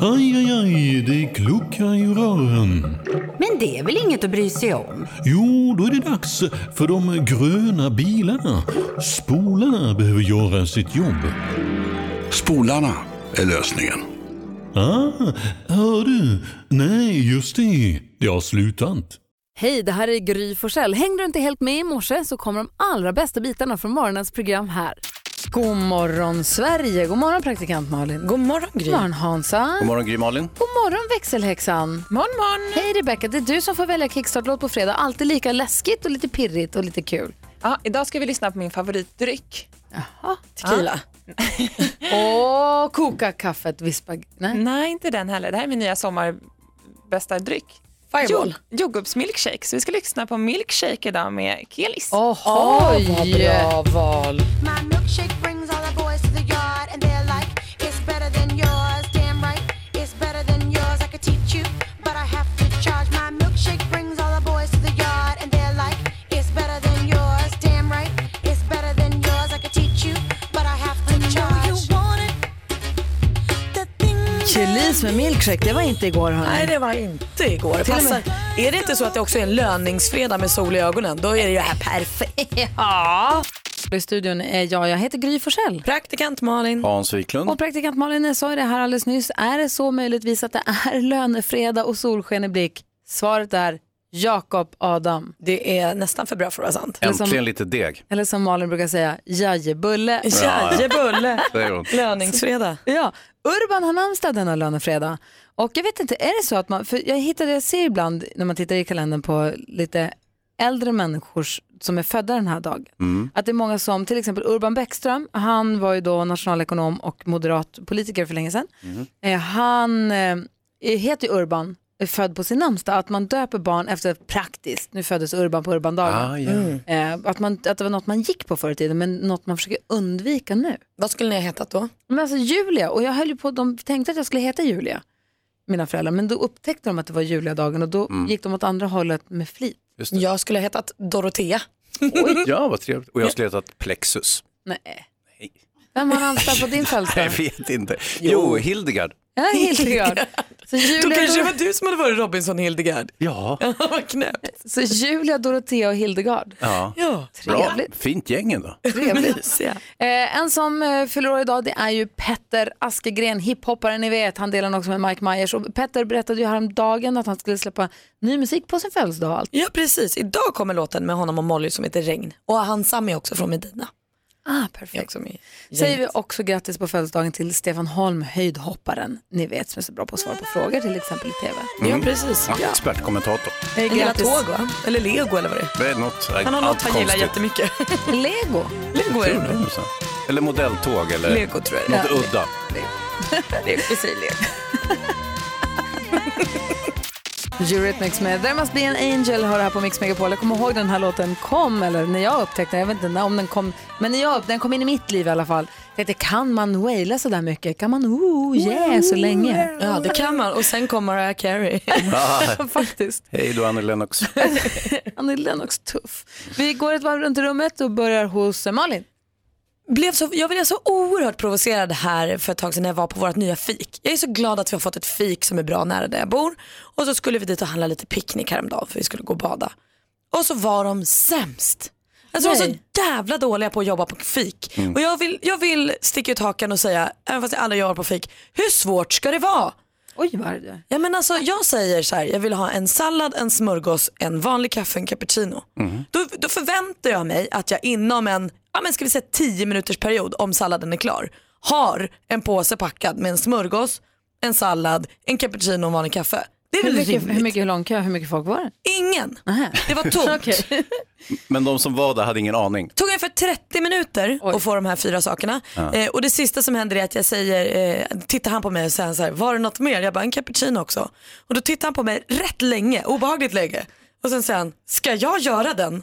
Aj, aj, aj, det kluckar i rören. Men det är väl inget att bry sig om? Jo, då är det dags för de gröna bilarna. Spolarna behöver göra sitt jobb. Spolarna är lösningen. Ah, hör du? Nej, just det. Det har slutat. Hej, det här är Gry Forssell. Hängde du inte helt med i morse så kommer de allra bästa bitarna från morgonens program här. God morgon Sverige, god morgon praktikant Malin. God morgon Gry. God morgon Hansa. God morgon Gry Malin. God morgon växelhäxan. Morgon, morgon. Hej Rebecca, det är du som får välja kickstartlåt på fredag. Alltid lika läskigt och lite pirrigt och lite kul. Ja, idag ska vi lyssna på min favoritdryck. Jaha. Tequila. Åh, koka kaffet, vispa... Mm. Nej. Nej, inte den heller. Det här är min nya sommarbästa dryck. Fireball. Jo- Jordgubbsmilkshake. Så vi ska lyssna på milkshake idag med Kelis. Åh, vad bra val. My milkshake brings all the boys to the yard, and they're like, it's better than yours, damn right. It's better than yours, I could teach you, but I have to charge. My milkshake brings all the boys to the yard, and they're like, it's better than yours, damn right. It's better than yours, I could teach you, but I have to charge. Chelis med milkshake, det var inte igår Nej, hörni. det var inte igår. Det passar. Är det inte så att det också är en löningsfredag med sol i ögonen, då är det ju här perfekt. Ja. I studion är jag, jag heter Gry Forssell. Praktikant Malin. Hans Wiklund. Och praktikant Malin sa ju det här alldeles nyss. Är det så möjligtvis att det är lönefredag och solsken i blick? Svaret är Jakob Adam. Det är nästan för bra för att vara sant. Eller som- Äntligen lite deg. Eller som Malin brukar säga, jajebulle. ja. Jajebulle. säger hon. Löningsfredag. Ja, Urban har namnsdag denna lönefredag. Och jag vet inte, är det så att man, för jag hittade, jag ser ibland när man tittar i kalendern på lite äldre människor som är födda den här dagen. Att det är många som, till exempel Urban Bäckström, han var ju då nationalekonom och moderat politiker för länge sedan. Eh, han eh, heter ju Urban, är född på sin namnsdag, att man döper barn efter praktiskt, nu föddes Urban på Urbandagen. Ah, ja. Eh, att, man, att det var något man gick på förr i tiden men något man försöker undvika nu. Vad skulle ni ha hetat då? Men alltså Julia, och jag höll ju på, de tänkte att jag skulle heta Julia, mina föräldrar, men då upptäckte de att det var Julia-dagen och då gick de åt andra hållet med flit. Just det. Jag skulle ha hetat Dorotea. Ja, vad trevligt. Och jag skulle heta Plexus. Nej. Vem har namnsdag på din Jag födelsedag? vet inte. Jo, Hildegard. Jag är helt glad. Så Då Julia, kanske det var Dor- du som hade varit Robinson Hildegard. Ja. Vad knäppt. så Julia, Dorotea och Hildegard. ja. Ja. Bra. Trevligt. Fint gäng ändå. Trevligt. Mysiga. Eh, en som eh, fyller år idag det är ju Petter Askegren, hiphopparen ni vet. Han delar också med Mike Myers. Och Petter berättade ju häromdagen att han skulle släppa ny musik på sin födelsedag. och allt. Ja precis, idag kommer låten med honom och Molly som heter Regn. Och han Sami är också från Medina. Ah, Jag är perfekt. också med. i Säger gänget. vi också grattis på födelsedagen till Stefan Holm, höjdhopparen. Ni vet som är så bra på att svara på frågor, till exempel i TV. Ja precis. Mm. Ja, Expertkommentator. Eh, Han gillar Grattis. tåg va? Eller lego eller vad det är. Det är något, Han har något allt han gillar konstigt. jättemycket. Lego. lego är det nog. Eller modelltåg eller Lego tror jag det är. något udda. Vi säger lego. Eurythmics med There Must Be An Angel har det här på Mix Megapol. Jag kommer ihåg den här låten kom, eller när jag upptäckte den, jag vet inte när, om den kom, men när jag, den kom in i mitt liv i alla fall. Jag tänkte, kan man waila så där mycket? Kan man ooh yeah så länge? Ja det kan man. Och sen kommer Mariah Carey. Faktiskt. Ah, Hej då Annie Lennox. Annie Lennox tuff. Vi går ett varv runt i rummet och börjar hos eh, Malin. blev så, jag blev så oerhört provocerad här för ett tag sedan när jag var på vårt nya fik. Jag är så glad att vi har fått ett fik som är bra nära där jag bor. Och så skulle vi dit och handla lite picknick häromdagen för vi skulle gå och bada. Och så var de sämst. Alltså de var så Nej. jävla dåliga på att jobba på fik. Och jag vill, jag vill sticka ut hakan och säga, även fast jag aldrig jobbar på fik, hur svårt ska det vara? Oj, vad är det? Ja, men alltså, jag säger så här, jag vill ha en sallad, en smörgås, en vanlig kaffe, en cappuccino. Då, då förväntar jag mig att jag inom en, ja, men ska vi säga 10 minuters period om salladen är klar, har en påse packad med en smörgås, en sallad, en cappuccino och en vanlig kaffe. Det är Hur väl mycket, rimligt? hur mycket hur lång kö, hur mycket folk var det? Ingen. Nähä. Det var tomt. Okej. Men de som var där hade ingen aning. tog ungefär 30 minuter att få de här fyra sakerna. Eh, och det sista som händer är att jag säger, eh, tittar han på mig och säger så här, var det något mer? Jag bara, en cappuccino också. Och då tittar han på mig rätt länge, obehagligt länge. Och sen säger han, ska jag göra den?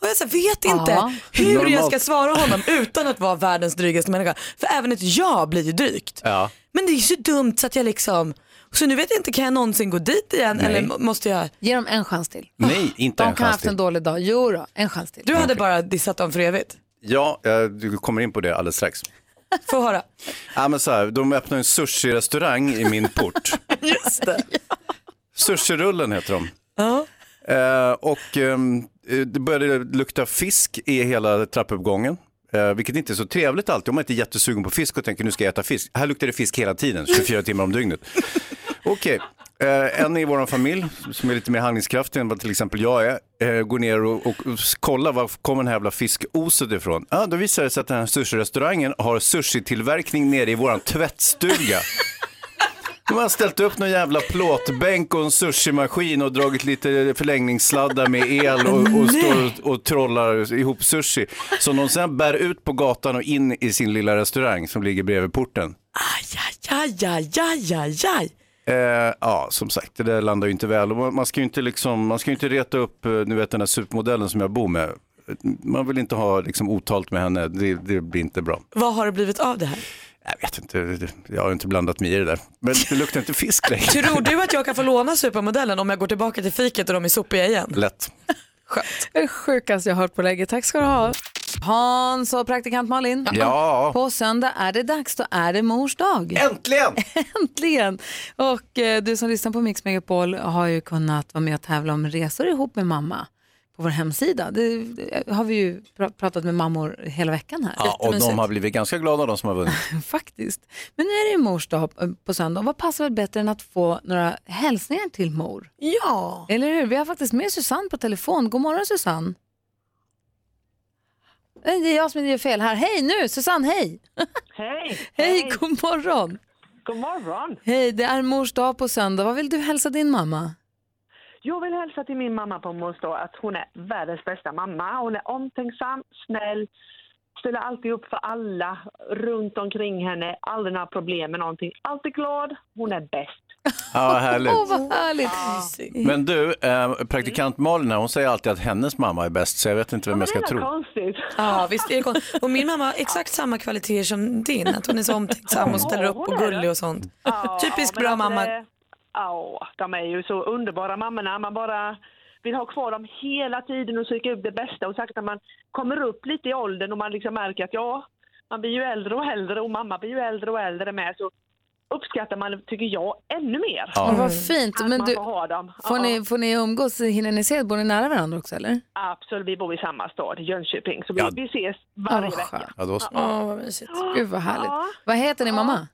Och jag så här, vet inte Ja. hur jag ska Normalt. svara honom utan att vara världens drygaste människa. För även ett ja blir ju drygt. Ja. Men det är ju så dumt så att jag liksom, så nu vet jag inte, kan jag någonsin gå dit igen eller må- måste jag? Ge dem en chans till. Nej, inte De Mm, en kan ha chans haft en till. dålig dag. Jo då, en chans till. Du hade bara dissat dem för evigt. Ja, eh, du kommer in på det alldeles strax. Få höra. Ja, men så här, de öppnar en sushi-restaurang i min port. Just det. Sushirullen heter de. Eh, och ehm, eh, det började lukta fisk i hela trappuppgången. Eh, vilket inte är så trevligt alltid om man inte är jättesugen på fisk och tänker nu ska jag äta fisk. Här luktar det fisk hela tiden, 24 timmar om dygnet. Okej, eh, en i vår familj som är lite mer handlingskraftig än vad till exempel jag är, eh, går ner och, och kollar var kommer den här jävla fiskoset ifrån. Ja, då visar det sig att den här sushi-restaurangen har sushi-tillverkning nere i vår tvättstuga. De har ställt upp någon jävla plåtbänk och en sushimaskin och dragit lite förlängningssladdar med el och, och står och, och trollar ihop sushi. Som de sen bär ut på gatan och in i sin lilla restaurang som ligger bredvid porten. Aj, aj, aj, aj, aj, aj, aj. Eh, ja, som sagt, det där landar ju inte väl. Och man- man ska ju inte, liksom, man ska ju inte reta upp eh, nu vet, den här supermodellen som jag bor med. Man vill inte ha liksom, otalt med henne, det, det blir inte bra. Vad har det blivit av det här? Jag vet inte, jag har inte blandat mig i det där. Men det luktar inte fisk längre. Tror du att jag kan få låna supermodellen om jag går tillbaka till fiket och de är sopiga igen? Lätt. Det är sjukast jag har hört på läge. Tack ska du ha. Hans och praktikant Malin. Ja. På söndag är det dags, då är det mors dag. Äntligen! Äntligen! Och eh, du som lyssnar på Mix Megapol har ju kunnat vara med och tävla om resor ihop med mamma på vår hemsida. Det det har vi ju pra- pratat med mammor hela veckan här. Ja, och de har blivit ganska glada de som har vunnit. Faktiskt. Men nu är det ju mors dag eh, på söndag. Vad passar väl bättre än att få några hälsningar till mor? Ja. Eller hur? Vi har faktiskt med Susanne på telefon. God morgon Susanne. Nej, Det är jag som gör fel här. Hej nu, Susanne, hej! Hej! Hej, god morgon! God morgon! Hej, det är mors dag på söndag. Vad vill du hälsa din mamma? Jag vill hälsa till min mamma på mors dag att hon är världens bästa mamma. Hon är omtänksam, snäll, ställer alltid upp för alla runt omkring henne. Aldrig några problem med någonting. Alltid glad. Hon är bäst. Ja, härligt. Åh, vad härligt! Men du, eh, praktikant Malin här, hon säger alltid att hennes mamma är bäst, så jag vet inte vem jag det ska är något tro. konstigt. Ja, visst är det konstigt. Och min mamma har exakt samma kvaliteter som din, att hon är så omtänksam och ställer upp och gullig och sånt. Ja, Typiskt men bra alltså mamma. det- Ja, de är ju så underbara mammorna. Man bara vill ha kvar dem hela tiden och söka upp det bästa. Och säkert när man kommer upp lite i åldern och man liksom märker att ja, man blir ju äldre och äldre och mamma blir ju äldre och äldre med så uppskattar man, tycker jag, ännu mer. Åh, vad fint. Att Men man du, får ha dem. får, Ja, ni, får ni umgås? Hinner ni se? Bor ni nära varandra också eller? Absolut, vi bor i samma stad, Jönköping, så vi, Ja. vi ses Ja, varje vad vecka. skönt. Ja, då så. Åh, vad mysigt. Gud vad härligt. Ja. Vad heter din mamma?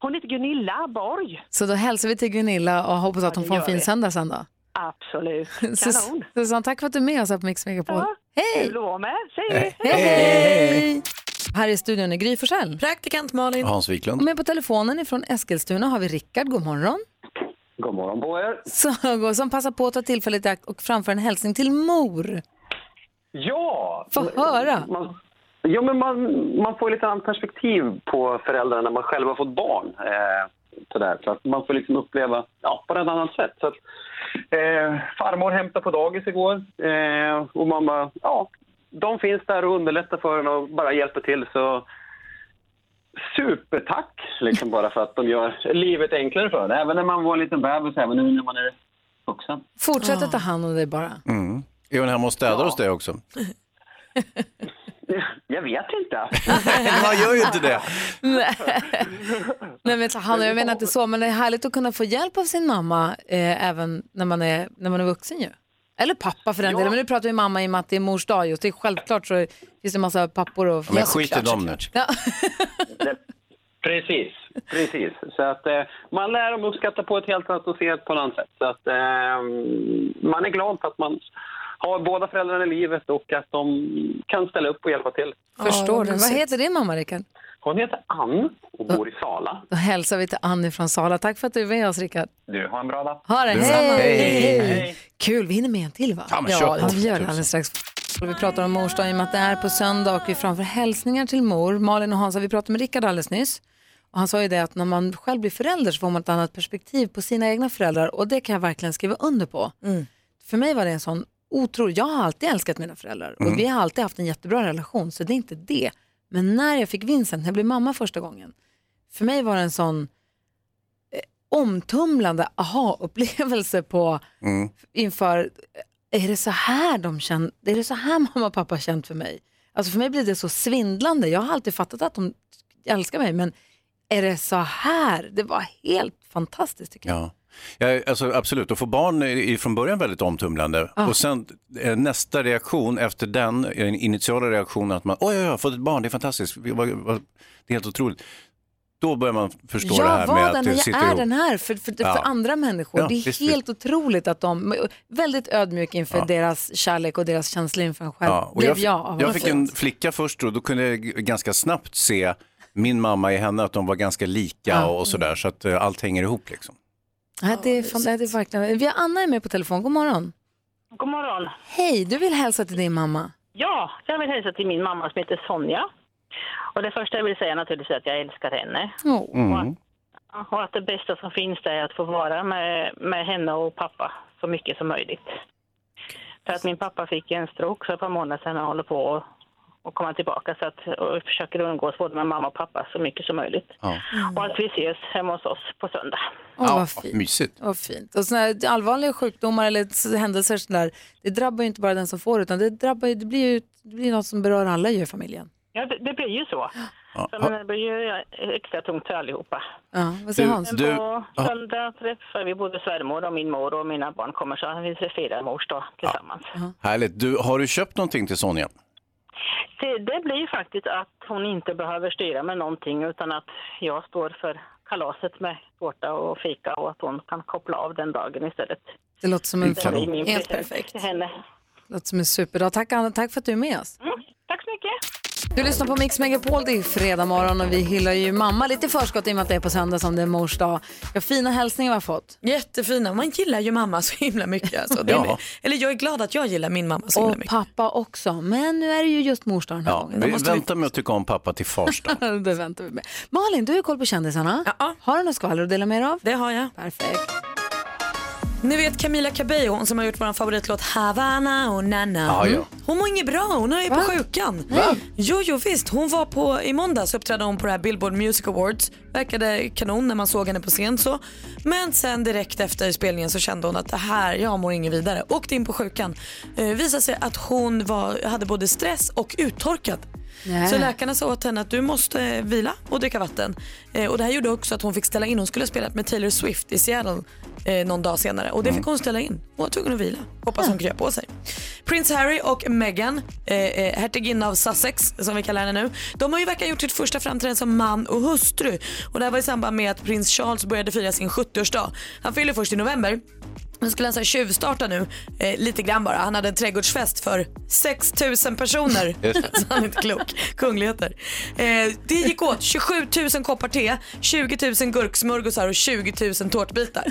Hon heter Gunilla Borg. Så då hälsar vi till Gunilla och hoppas att hon det får en gör fin vi. söndag sen då. Absolut. Sus- Kanon. Susanne, tack för att du är med oss här på Mix Megapol. Ja. Hej! Kul att vara med. Säg hej! Hej! Här i studion är Gry Forssell. Praktikant Malin. Hans Och Wiklund. med på telefonen ifrån Eskilstuna har vi Rickard, god morgon. God morgon på er. Så, som passar på att ta tillfället i akt och framför en hälsning till mor. Ja! Få höra. Man, ja, men man, man får lite annat perspektiv på föräldrar när man själv har fått barn. Eh, sådär. Så att man får liksom uppleva ja, på ett annat sätt. Så att, eh, farmor hämtade på dagis igår eh, och man bara, ja, de finns där och underlättar för en och bara hjälper till. Så supertack liksom bara för att de gör livet enklare för en. Även när man var en liten bebis, även nu när man är vuxen. Fortsätt Ah. att ta hand om dig bara. Mm. Är hon hemma och städar hos dig också? Jag vet inte. Nej, man gör ju inte det. Nej men ta hand om, jag menar inte så, men det är härligt att kunna få hjälp av sin mamma eh, även när man, är, när man är vuxen ju. Eller pappa för den delen, men nu pratar vi mamma i och med att det är mors dag just. Det är självklart så finns det en massa pappor och... Men skit i dem nu. Precis, precis. Så att, eh, man lär dem uppskatta på ett helt annat och se det på ett annat sätt. Så att, eh, man är glad för att man har båda föräldrarna i livet och att de kan ställa upp och hjälpa till. Förstår du? Vad heter din mamma Rickard? Hon heter Ann och bor i Sala. Då hälsar vi till Annie från Sala. Tack för att du är med oss Rickard. Du, ha en bra dag. Ha det, Detsamma. hej! Hej. hej. Kul, vi hinner med en till va? Ja, men kör på. vi gör det alldeles strax. Vi pratar om mors dag i och med att det är på söndag och vi framför hälsningar till mor. Malin och Hans, vi pratade med Rickard alldeles nyss. Och han sa ju det att när man själv blir förälder så får man ett annat perspektiv på sina egna föräldrar och det kan jag verkligen skriva under på. För mig var det en sån otrolig, jag har alltid älskat mina föräldrar Mm. och vi har alltid haft en jättebra relation så det är inte det. Men när jag fick Vincent, när jag blev mamma första gången, för mig var det en sån eh, omtumlande aha-upplevelse på inför, är det så här de känner, är det så här mamma och pappa har känt för mig? Alltså för mig blev det så svindlande. Jag har alltid fattat att de älskar mig, men är det så här? Det var helt fantastiskt tycker jag. Ja. Ja, alltså, absolut, att få barn är- är från början väldigt omtumlande. Ja. Och sen eh, nästa reaktion efter den eh, initiala reaktionen att man, oj, oj, oj, jag har fått ett barn, det är fantastiskt, Vi- vad- vad- det är helt otroligt. Då börjar man förstå det här jag med var att den det och jag sitter är ihop. den här för, för, för Ja. andra människor. Ja, det är visst, helt otroligt att de, väldigt ödmjuk inför Ja. deras kärlek och deras känslor inför en själv. Ja, och Blev jag, jag, fick- av jag att fick få- en flicka först och då kunde jag g- ganska snabbt se min mamma i henne, att de var ganska lika Ja. och sådär, så att eh, allt hänger ihop liksom. Nej, det, är fan, nej, det är verkligen... Vi har Anna är med på telefon. God morgon. God morgon. Hej, du vill hälsa till din mamma. Ja, jag vill hälsa till min mamma som heter Sonja. Och det första jag vill säga naturligtvis är att jag älskar henne. Åh. Mm. Och att det bästa som finns det är att få vara med, med henne och pappa så mycket som möjligt. För att min pappa fick en stroke för ett par månader sedan och håller på att- att komma tillbaka. Så att, och jag försöker umgås både med mamma och pappa så mycket som möjligt. Ja. Och att vi ses hemma hos oss på söndag. Åh, vad fint. Mysigt. Vad fint. Och såna här allvarliga sjukdomar eller s- händelser sådär, det drabbar ju inte bara den som får utan det, drabbar, ju- det blir ju det blir något som berör alla ju i familjen. Ja, det, det blir ju så. Ja. Så, men det blir ju extra tungt för allihopa. Ja, vad säger Hans? Men på söndag träffar vi både svärmor och min mor och mina barn kommer så vi firar mors dag tillsammans. Härligt. Du, har du köpt någonting till Sonja? Det, det blir ju faktiskt att hon inte behöver styra med någonting utan att jag står för kalaset med tårta och fika och att hon kan koppla av den dagen istället. Det låter som en, Det blir min Helt present till Henne. Det låter som en superdag. Tack, Anna, tack för att du är med oss. Tack så mycket. Du lyssnar på Mix Megapol, det är fredag morgon och vi hyllar ju mamma lite i förskott i och med att det är på söndag som det är mors dag. Ja, fina hälsningar vi har fått. Jättefina, man gillar ju mamma så himla mycket. Alltså. Det Ja. Eller jag är glad att jag gillar min mamma så himla Och mycket. pappa också, men nu är det ju just mors dag den här Ja, gången. Då vi måste väntar med att tycka om pappa till fars dag. det väntar vi med. Malin, du har ju koll på kändisarna. Har du något skvaller att dela med dig av? Det har jag. Perfekt. Ni vet Camila Cabello, hon som har gjort vår favoritlåt Havana och Nana. Ja, ja. Mm. Hon mår inget bra, hon är på sjukan. Jo, jo visst. Hon var på, i måndags uppträdde hon på det här Billboard Music Awards. Verkade kanon när man såg henne på scen så. Men sen direkt efter spelningen så kände hon att det här, jag mår inget vidare. Åkte in på sjukan. Eh, visade sig att hon var, hade både stress och uttorkad. Nej. Så läkarna sa åt henne att du måste eh, vila och dricka vatten. Eh, och det här gjorde också att hon fick ställa in. Hon skulle ha spelat med Taylor Swift i Seattle eh, någon dag senare och det fick hon ställa in. Hon var tvungen att vila. Hoppas hon kryar på sig. Prins Harry och Meghan, eh, eh, hertiginna av Sussex som vi kallar henne nu. De har ju verkligen gjort sitt första framträdande som man och hustru. Och det här var i samband med att prins Charles började fira sin 70-årsdag. Han fyller först i november. Nu skulle han så här tjuvstarta nu, eh, lite grann bara. Han hade en trädgårdsfest för 6 000 personer. Just det. så han är inte klok. Kungligheter. Eh, det gick åt 27 000 koppar te, 20 000 gurksmörgåsar och 20 000 tårtbitar.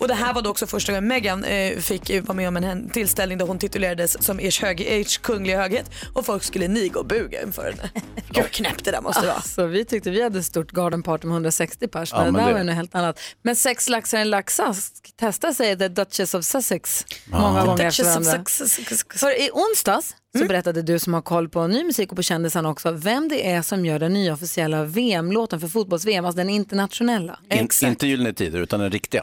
Och det här var då också första gången Meghan eh, fick eh, vara med om en hen- tillställning där hon titulerades som ers, hög, ers kungliga höghet och folk skulle niga och buga inför henne. Gud vad knäppt det där måste vara. Alltså, vi tyckte vi hade ett stort garden party med 160 pers, Ja, men det men där det- var ju något helt annat. Men sex laxar i en laxask testar sig The Duchess of Sussex många The gånger Duchess efter of varandra. Sussex. Mm. För i onsdags så berättade du som har koll på ny musik och på kändisarna också, vem det är som gör den nya officiella VM-låten för fotbolls-VM, alltså den internationella. In, inte Gyllene Tider, utan den riktiga.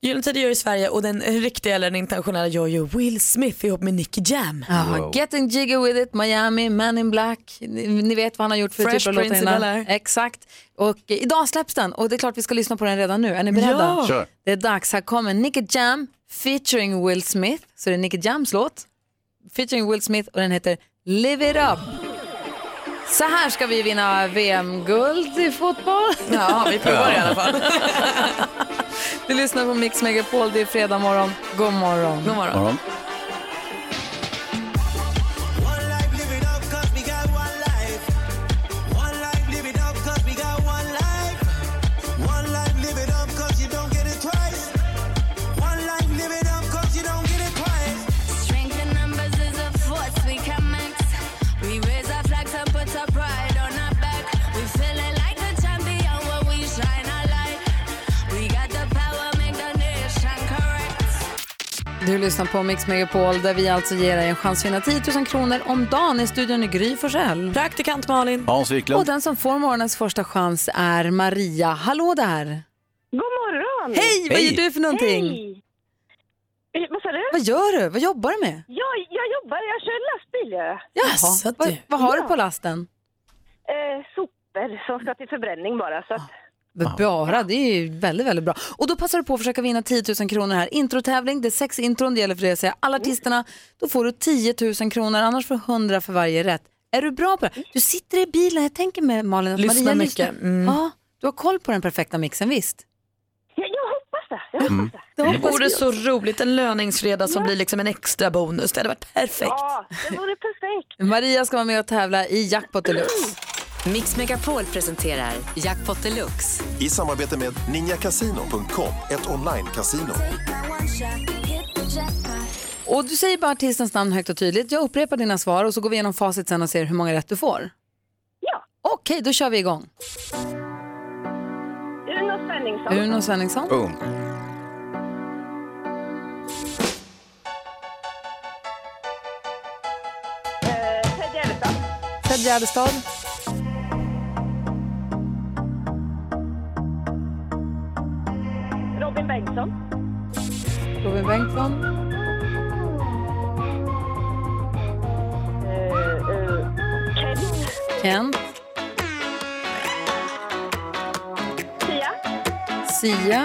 Gyllene Tider gör i Sverige och den riktiga eller den internationella gör ju Will Smith ihop med Nicky Jam. Jaha, Getting Jiggy With It, Miami, Man in Black. Ni, ni vet vad han har gjort för Fresh typ av låtar Prince of innan. Bel-Air. Exakt. Och eh, idag släpps den och det är klart vi ska lyssna på den redan nu. Är ni beredda? Ja. Kör. Det är dags. Här kommer Nicky Jam featuring Will Smith. Så det är Nicky Jams låt. Featuring Will Smith och den heter Live It Up. Så här ska vi vinna VM-guld i fotboll. Ja, vi provar i alla fall. Du lyssnar på Mix Megapol, det är fredag morgon. God morgon. God morgon. Morgon. Strength in numbers is a force we can mix. We raise our flags and put our pride on our back. We feeling like a champion when we shine our light. We got the power, make the nation correct. Du lyssnar på Mix Megapol där vi alltså ger dig en chans att vinna 10 000 kronor om dagen i studion i Gry Forssell. Praktikant Malin. Hans Och Wiklund. den som får morgonens första chans är Maria. Hallå där! God morgon! Hej, vad gör du för någonting? Hej! Eh, Vad sa du? Vad gör du? Vad jobbar du med? Jag, jag jobbar, jag kör lastbil. gör jag. Jaha, vad, vad har du på lasten? Eh, sopor papper som ska till förbränning bara. Så att, Men Bara, det är ju väldigt, väldigt bra. Och då passar du på att försöka vinna 10 000 kronor här. Introtävling, det är sex intron, det gäller för dig att säga alla artisterna. Då får du 10 000 kronor, annars får du 100 för varje rätt. Är du bra på det? Du sitter i bilen, jag tänker med Malin att Lyssnar Maria mycket. lyssnar. Mm. Ja, du har koll på den perfekta mixen, visst? Mm. Det Det hoppas vore vi så roligt, en löningsfredag som blir liksom en extra bonus. Det hade varit perfekt. det vore perfekt. Maria ska vara med och tävla i Jackpot Deluxe. Mix Megapol presenterar Jackpot Deluxe. I samarbete med ninjakasino.com, ett online-casino. Och du säger bara artistens namn högt och tydligt. Jag upprepar dina svar och så går vi igenom facit sen och ser hur många rätt du får. Ja. Okej, då kör vi igång. Uno Svenningsson. Mm. Uno Svenningsson. Boom. Ted Gärdestad. Ted Gärdestad. Robin Bengtsson. Robin Bengtsson. eh, Kent. Sia. Sia.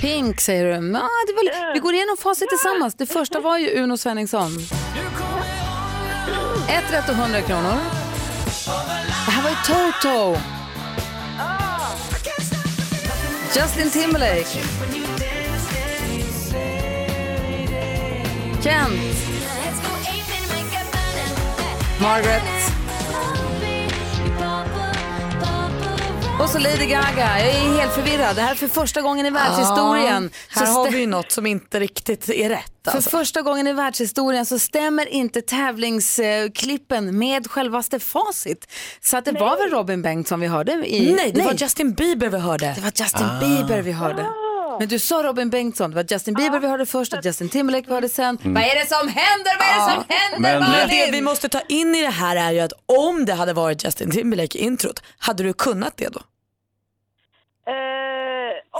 Pink säger du. Nå, det var li- vi går igenom facit tillsammans. Det första var ju Uno Svenningsson. Ett rätt och 100 kronor. Det här var ju Toto. Justin Timberlake. Kent. Margaret. Och så Lady Gaga. Jag är helt förvirrad. Det här är för första gången i världshistorien. Ja, här Så har stä- vi ju något som inte riktigt är rätt. För Alltså. första gången i världshistorien så stämmer inte tävlingsklippen med självaste facit. Så att det var väl Robin Bengtsson vi hörde i... Ah. Nej, det var Justin Bieber vi hörde. Det var Justin Bieber vi hörde. Men du sa Robin Bengtsson, det var Justin Bieber vi hörde först, att Justin Timberlake vi hörde sen. Mm. Vad är det som händer? Vad är det som händer? Men Malin? det vi måste ta in i det här är ju att om det hade varit Justin Timberlake i introt, hade du kunnat det då? Eh,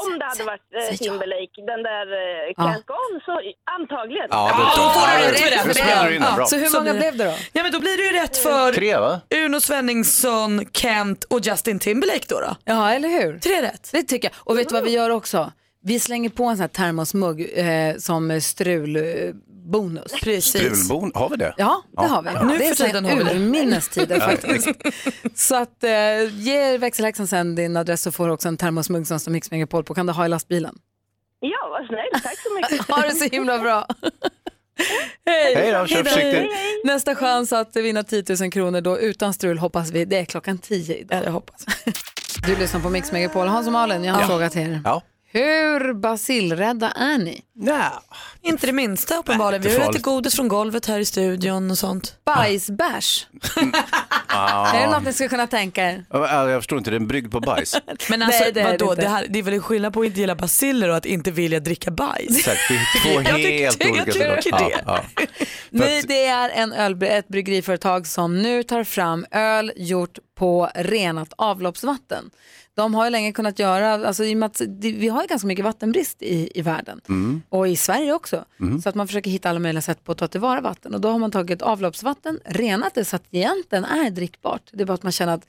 om det hade varit eh, Timberlake, den där eh, Ja. Can't Go On, så antagligen. Ja, då- då får ja, du då- rätt för det. då smäller du in den, bra. Så hur många blir blev det då? Ja men då blir det ju rätt för Tre, va? Uno Svenningsson, Kent och Justin Timberlake då. då. Ja, eller hur? Tre rätt. Det tycker jag. Och vet du vad vi gör också? Vi slänger på en sån här termosmugg eh, som strulbonus. Strulbon, har vi det? Ja, det har vi. Nu det är för så här tiden har vi det. urminnes tider Ja. faktiskt. så att eh, ge växelhäxan sen din adress så får du också en termosmugg som står Mix Megapol på. Kan du ha i lastbilen? Ja, vad snällt. Tack så mycket. Ha det så himla bra. Hej! Hej då, kör försiktigt. Hej, Nästa chans att vinna 10 000 kronor då utan strul hoppas vi. Det är klockan 10 idag. Jag hoppas. Du lyssnar på Mix Megapol. Hans och Malin, jag har en fråga till er. Ja. Hur basilrädda är ni? Nej. Inte det minsta uppenbarligen. Vi inte har ju farligt. ätit godis från golvet här i studion och sånt. Bajsbärs. Ah. Är det något ni ska kunna tänka er? Ja, Jag förstår inte, det är en brygd på bajs. Men alltså Nej, det är det vadå, inte. det, här, det är väl en skillnad på att inte gilla basiller och att inte vilja dricka bajs? Exakt, det är två Jag tyckte- helt jag olika tycker saker. det. Ja, ja. Nej, det är en öl, ett bryggeriföretag som nu tar fram öl gjort på renat avloppsvatten. De har ju länge kunnat göra, alltså i och med att det- vi har ju ganska mycket vattenbrist i, i världen Mm. och i Sverige också. Mm. Så att man försöker hitta alla möjliga sätt på att ta tillvara vatten. Och då har man tagit avloppsvatten, renat det så att det egentligen är drickbart. Det är bara att man känner att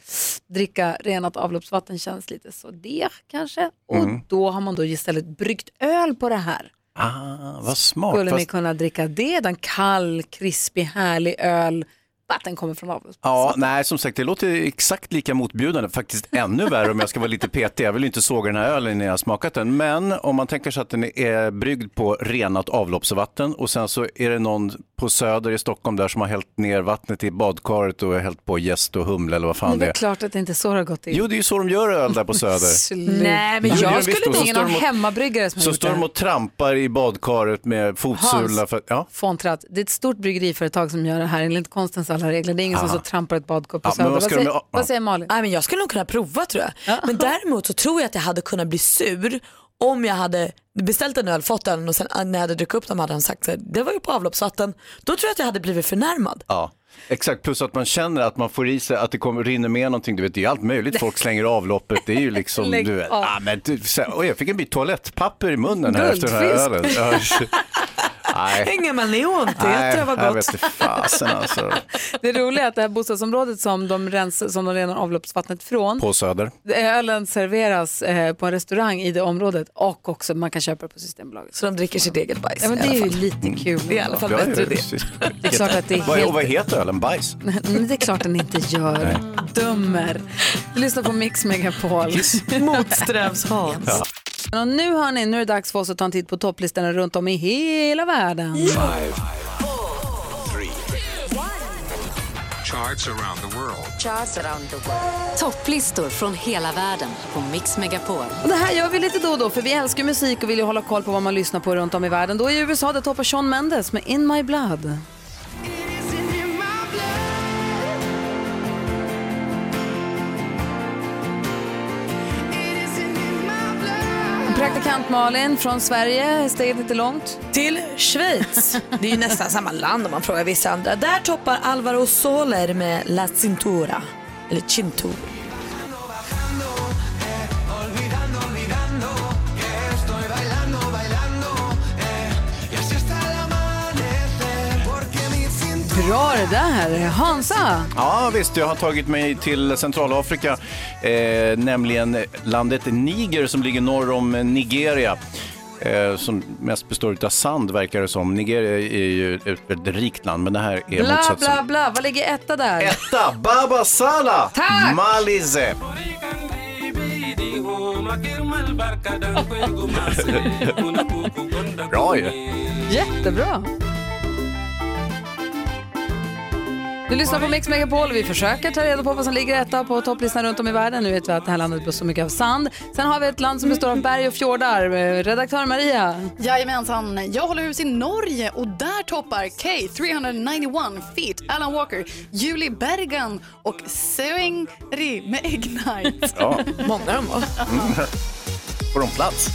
dricka renat avloppsvatten känns lite så det kanske. Mm. Och då har man då istället bryggt öl på det här. Ah, vad smart. Skulle ni Fast, kunna dricka det? Den kall, krispig, härlig öl. Vatten kommer från avloppsvatten. ja, nej, som sagt, det låter exakt lika motbjudande, faktiskt ännu värre om jag ska vara lite petig. Jag vill ju inte såga den här ölen innan jag har smakat den. Men om man tänker sig att den är bryggd på renat avloppsvatten och sen så är det någon på Söder i Stockholm där som har hällt ner vattnet i badkaret och hällt på jäst och humle eller vad Men fan det det är är. klart att det inte är så det har gått till. Jo, det är ju så de gör öl där på Söder. Sluta. Nej, men Jo, det är jag de visst, skulle och så ingen står av de och- hemmabryggare som har Så gjort står det de här. och trampar i badkaret med fotsula. Hans. För, ja. Fontrat, det är ett stort bryggeriföretag som gör det här enligt konstens alla regler. Det är ingen som Ah. så trampar ett badkar på Ja, men Söder. vad Vad, ska de- säger, ja. vad säger Malin? Nej, men jag skulle nog kunna prova tror jag. Men däremot så tror jag att jag hade kunnat bli sur om jag hade beställt en öl, fått ölen och sen ah, när jag hade druckit upp dem hade han sagt så här, det var ju på avloppsvatten. Då tror jag att jag hade blivit förnärmad. Ja, exakt. Plus att man känner att man får i sig att det kommer, rinner med någonting. Du vet, det är allt möjligt. Folk slänger i avloppet. Det är ju liksom, Lägg du vet. av. Ah, men du, så här, oj, jag fick en bit toalettpapper i munnen här efter den här Guldfisk. ölen. Ja, Hänger man neon till? Nej, Jag tror det var jag gott. vet inte fasen alltså. Det roliga är att det här bostadsområdet som de, rens, som de renar avloppsvattnet från, På Söder. ölen serveras eh, på en restaurang i det området och också man kan köpa det på Systembolaget. Så de dricker sitt eget bajs? Ja, men det är ju lite kul. Det är i alla fall Ja, bättre ja, det. precis. Det är klart att det är Vad- helt- Och vad heter ölen? Bajs? Men det är klart den inte gör. Dömer. Lyssna på Mix Megapol. Motströms-Hans. Ja. Och nu hörni, nu är det dags för oss att ta en titt på topplistorna runt om i hela världen. Charts around the world. Topplistor från hela världen på Mix Megapol. Och det här gör vi lite då och då för vi älskar musik och vill ju hålla koll på vad man lyssnar på runt om i världen. Då i USA där toppar Shawn Mendes med In My Blood. Praktikant Malin från Sverige, steget lite långt. Till Schweiz. Det är ju nästan samma land om man frågar vissa andra. Där toppar Alvaro Soler med La Cintura. Eller Cintur. Bra det där! Hansa! Ja visst, jag har tagit mig till Centralafrika, eh, nämligen landet Niger som ligger norr om Nigeria. Eh, som mest består av sand verkar det som. Nigeria är ju ett, ett rikt land men det här är Bla, motsatsen. bla, bla. Vad ligger etta där? Etta, Baba Sala! Tack! Malize! Bra ju! Jättebra. Du lyssnar på Mix Megapol och vi försöker ta reda på vad som ligger etta på topplistan runt om i världen. Nu vet vi att det här landet består mycket av sand. Sen har vi ett land som består av berg och fjordar. Eh, Redaktör Maria. Jajamensan, jag håller hus i Norge och där toppar K391 feat Alan Walker, Julie Bergan och Sewing Ri med Ignite. Bra. Många de var. Mm. Får de plats?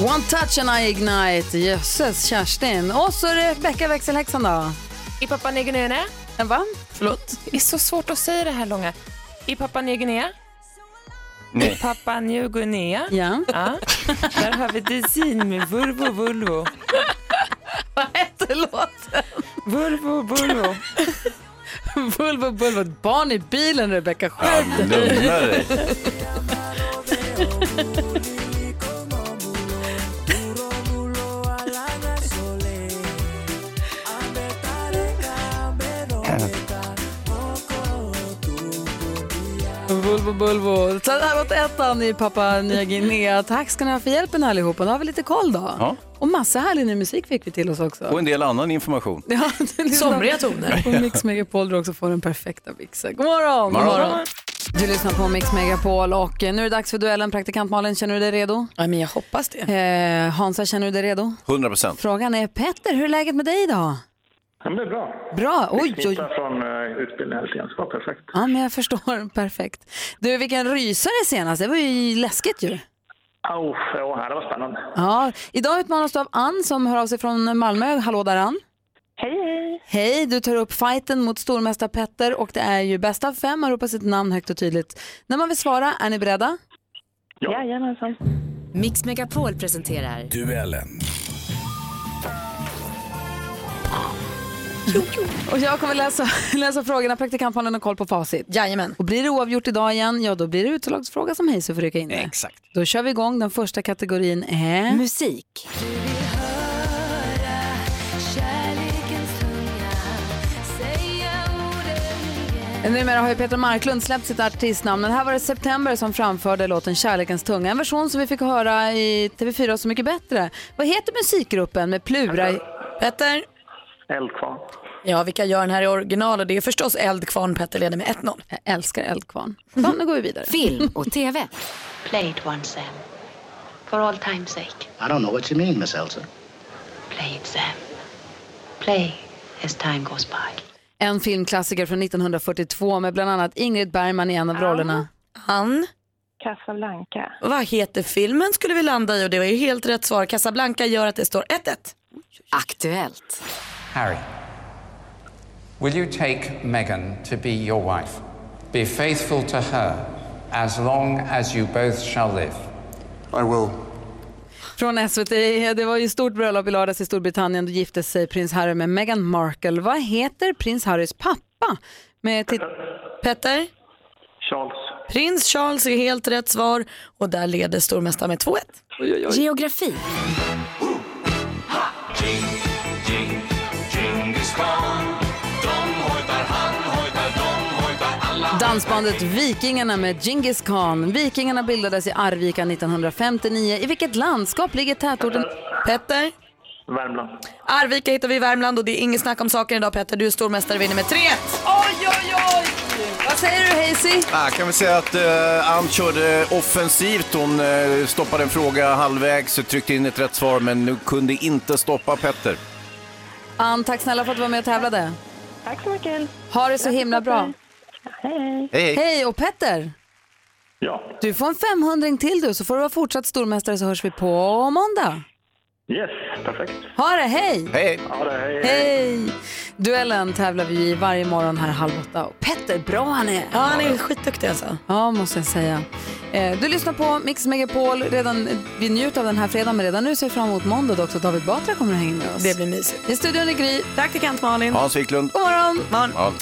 One touch and I ignite. Jösses, Kerstin. Och så Rebecka växelhäxan då. I Papua Nya Guinea. Va? Förlåt? Det är så svårt att säga det här långa. I Papua Nya Guinea. I Nej. Papua Nya Guinea. Ja. Där har vi Desin med Vurvo Vulvo. Vad hette låten? Vulvo Vulvo. Vulvo Bulvo, ett barn i bilen Rebecka. Skärp Lugna dig. Bulbo Bulbo. Så det här var ettan i Papua Nya Guinea. Tack ska ni ha för hjälpen allihopa. Då har vi lite koll då. Ja. Och massa härlig ny musik fick vi till oss också. Och en del annan information. Ja, det lyssnar- Somriga toner. På Mix Megapol där du också får den perfekta mixen. God morgon! God morgon. Du lyssnar på Mix Megapol och eh, nu är det dags för duellen. Praktikant Malin, känner du dig redo? Ja, men jag hoppas det. Eh, Hansa, känner du dig redo? 100 procent. Frågan är Petter, hur är läget med dig idag? Ja, men det är bra. Bra, Det oj, oj. smittar från uh, utbildningen lite grann, så det var perfekt. Ja, men jag förstår. Perfekt. Du, vilken rysare senast. Det var ju läskigt ju. Au, ja, det var spännande. Ja, idag utmanas du av Ann som hör av sig från Malmö. Hallå där Ann. Hej, hej. Hej, du tar upp fighten mot stormästare Petter och det är ju bäst av fem. Man ropar sitt namn högt och tydligt. När man vill svara, är ni beredda? Ja. Jajamensan. Mix Megapol presenterar Duellen. Och jag kommer läsa, läsa frågorna, praktikantmannen har koll på facit. Jajamän. Och blir det oavgjort idag igen, ja då blir det utslagsfråga som Hayes får rycka in med. Exakt. Då kör vi igång. Den första kategorin är... Musik. Numera har ju Peter Marklund släppt sitt artistnamn. Men här var det September som framförde låten Kärlekens tunga. En version som vi fick höra i TV4 Så mycket bättre. Vad heter musikgruppen med Plura? i- Petter? Eldkvarn. Ja, vilka gör den här i original? Och det är förstås Eldkvarn. Petter leder med 1-0. Jag älskar Eldkvarn. Så, nu går vi vidare. Film och TV. Play it once, eh? Sam. For all time's sake, I don't know what you mean, Miss Elsa. play it, Sam. Play as time goes by. En filmklassiker från 1942 med bland annat Ingrid Bergman i en av rollerna. Han? Casablanca. Vad heter filmen skulle vi landa i och det var ju helt rätt svar. Casablanca gör att det står 1-1. Aktuellt. Harry, will you take Meghan to be your wife? Be faithful to her as long as you both shall live. I will. Från SVT, det var ju stort bröllop i lördags i Storbritannien. Då gifte sig prins Harry med Meghan Markle. Vad heter prins Harrys pappa? Med tit- Petter? Charles. Prins Charles är helt rätt svar och där leder stormästaren med 2-1. Geografi. Jing, jing, Djingis khan. De hojtar, han hojtar, de hojtar, alla Dansbandet Vikingarna med Genghis Khan. Vikingarna bildades i Arvika 1959. I vilket landskap ligger tätorten? Petter? Värmland. Arvika hittar vi i Värmland och det är inget snack om saken idag Petter. Du är stormästare och vinner med 3-1. Oj, oj, oj! Vad säger du Hazy? Ah, kan vi säga att eh, Ann körde offensivt. Hon eh, stoppade en fråga halvvägs, tryckte in ett rätt svar, men nu kunde inte stoppa Petter. Ann, tack snälla för att du var med och tävlade. Tack så mycket. Ha det så himla bra. Hej. Hej, Hej och Petter. Ja. Du får en 500 till du så får du vara fortsatt stormästare så hörs vi på måndag. Yes, perfekt. Ha det, hej! Hej! Ja, det, hej, Hej! Duellen tävlar vi i varje morgon här halv åtta. Och Petter, bra han är! Ja, han är skitduktig alltså. Ja, måste jag säga. Eh, Du lyssnar på Mix Megapol. Redan, vi njuter av den här fredagen, men redan nu ser vi fram emot måndag då också. David Batra kommer att hänga med oss. Det blir mysigt. I studion är Gry. Praktikant Malin. Hans Wiklund. God morgon! Ja.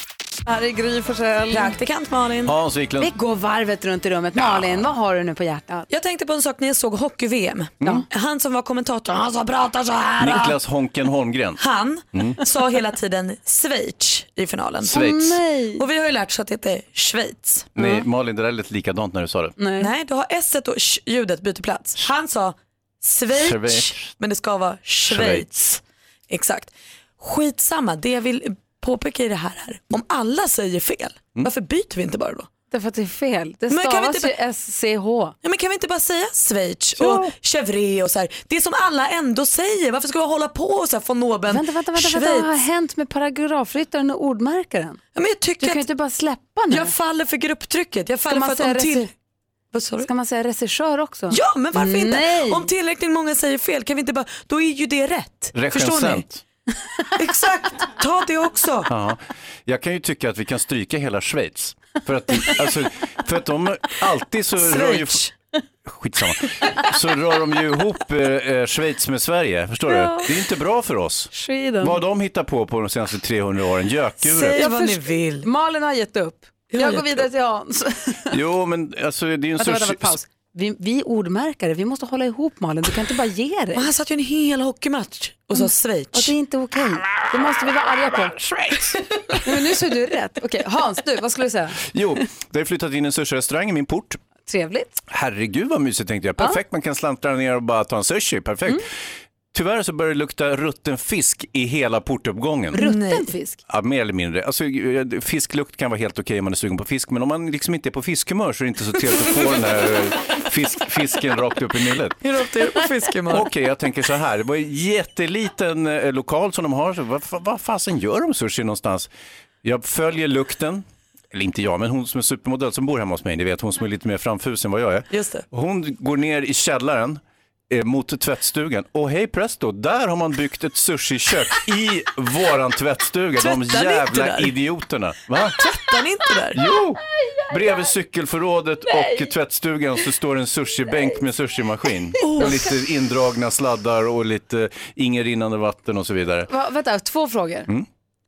Här är Gry Forssell. Praktikant Malin. Hans Wiklund. Vi går varvet runt i rummet. Malin, vad har du nu på hjärtat? Jag tänkte på en sak när jag såg hockey-VM. Mm. Han som var kommentator, han som pratar så här. Niklas Honken Holmgren. Han Mm. sa hela tiden Schweiz i finalen. Schweiz. Åh, och vi har ju lärt oss att det heter Schweiz. Nej, Malin, det där lät likadant när du sa det. Nej. du har s och sh- ljudet byter plats. Han sa Schweiz, Schweiz. men det ska vara Schweiz. Schweiz. Exakt. Skitsamma, det jag vill påpeka i det här är om alla säger fel, Mm. varför byter vi inte bara då? Därför att det är fel. Det Men kan vi stavas inte- ju SCH. Ja, men kan vi inte bara säga Schweiz och Chevre och så här. Det som alla ändå säger, varför ska vi hålla på och så här von oben? Vänta, vänta, vänta, Schweiz. vänta. vad har hänt med paragrafryttaren och ordmärkaren? Ja, men jag tycker du kan ju att- inte bara släppa nu. Jag faller för grupptrycket, jag faller man för att säga om till... reci- Ska man säga regissör också? Ja, men varför Nej. inte? Om tillräckligt många säger fel, kan vi inte bara, då är ju det rätt. Förstår ni? Recensent. Exakt, ta det också. Ja. Jag kan ju tycka att vi kan stryka hela Schweiz. För att, alltså, för att de alltid så rör ju... Schweiz. Skitsamma. Så rör de ju ihop eh, eh, Schweiz med Sverige, förstår Ja. du? Det är inte bra för oss. Sweden. Vad de hittar på på de senaste 300 åren, gökuret. Jag först- Malin har gett upp. Jag, har går gett vidare till Hans. Jo, men alltså det är ju en Vänta, vänta, sorts... vänta, paus. Vi, vi är ordmärkare, vi måste hålla ihop Malin. Du kan inte bara ge dig. Men han satt ju en hel hockeymatch och sa Schweiz. Och det är inte okej. Det måste vi vara arga på. Schweiz. Nej, men nu såg du rätt. Okej, Hans, du, vad skulle du säga? Jo, det har flyttat in en sushi-restaurang i min port. Trevligt. Herregud vad mysigt tänkte jag. Perfekt, man kan slantra ner och bara ta en sushi. Perfekt. Tyvärr så börjar det lukta rutten fisk i hela portuppgången. Rutten fisk. Ja, mer eller mindre. Alltså, eh, fisklukt kan vara helt okej om man är sugen på fisk, men om man liksom inte är på fiskhumör så är det inte så trevligt att få den här eh, fisk, fisken rakt upp i nyllet. Hur ofta är du på Okej, fiskemar? jag tänker så här. Det var en jätteliten eh, lokal som de har. Så Vad fa- vad fasen gör de sushi någonstans? Jag följer lukten. Eller inte jag, men hon som är supermodell som bor hemma hos mig, ni vet hon som är lite mer framfus än vad jag är. Just det. Hon går ner i källaren eh, mot tvättstugan och hej presto, där har man byggt ett sushikök i våran tvättstuga. Tvättar De ni inte jävla där? idioterna. Va? Tvättar ni inte där? Jo! Bredvid cykelförrådet och tvättstugan så står en sushibänk med sushimaskin. Oh. Och lite indragna sladdar och lite ingen rinnande vatten och så vidare. Va, vänta, två frågor. Mm.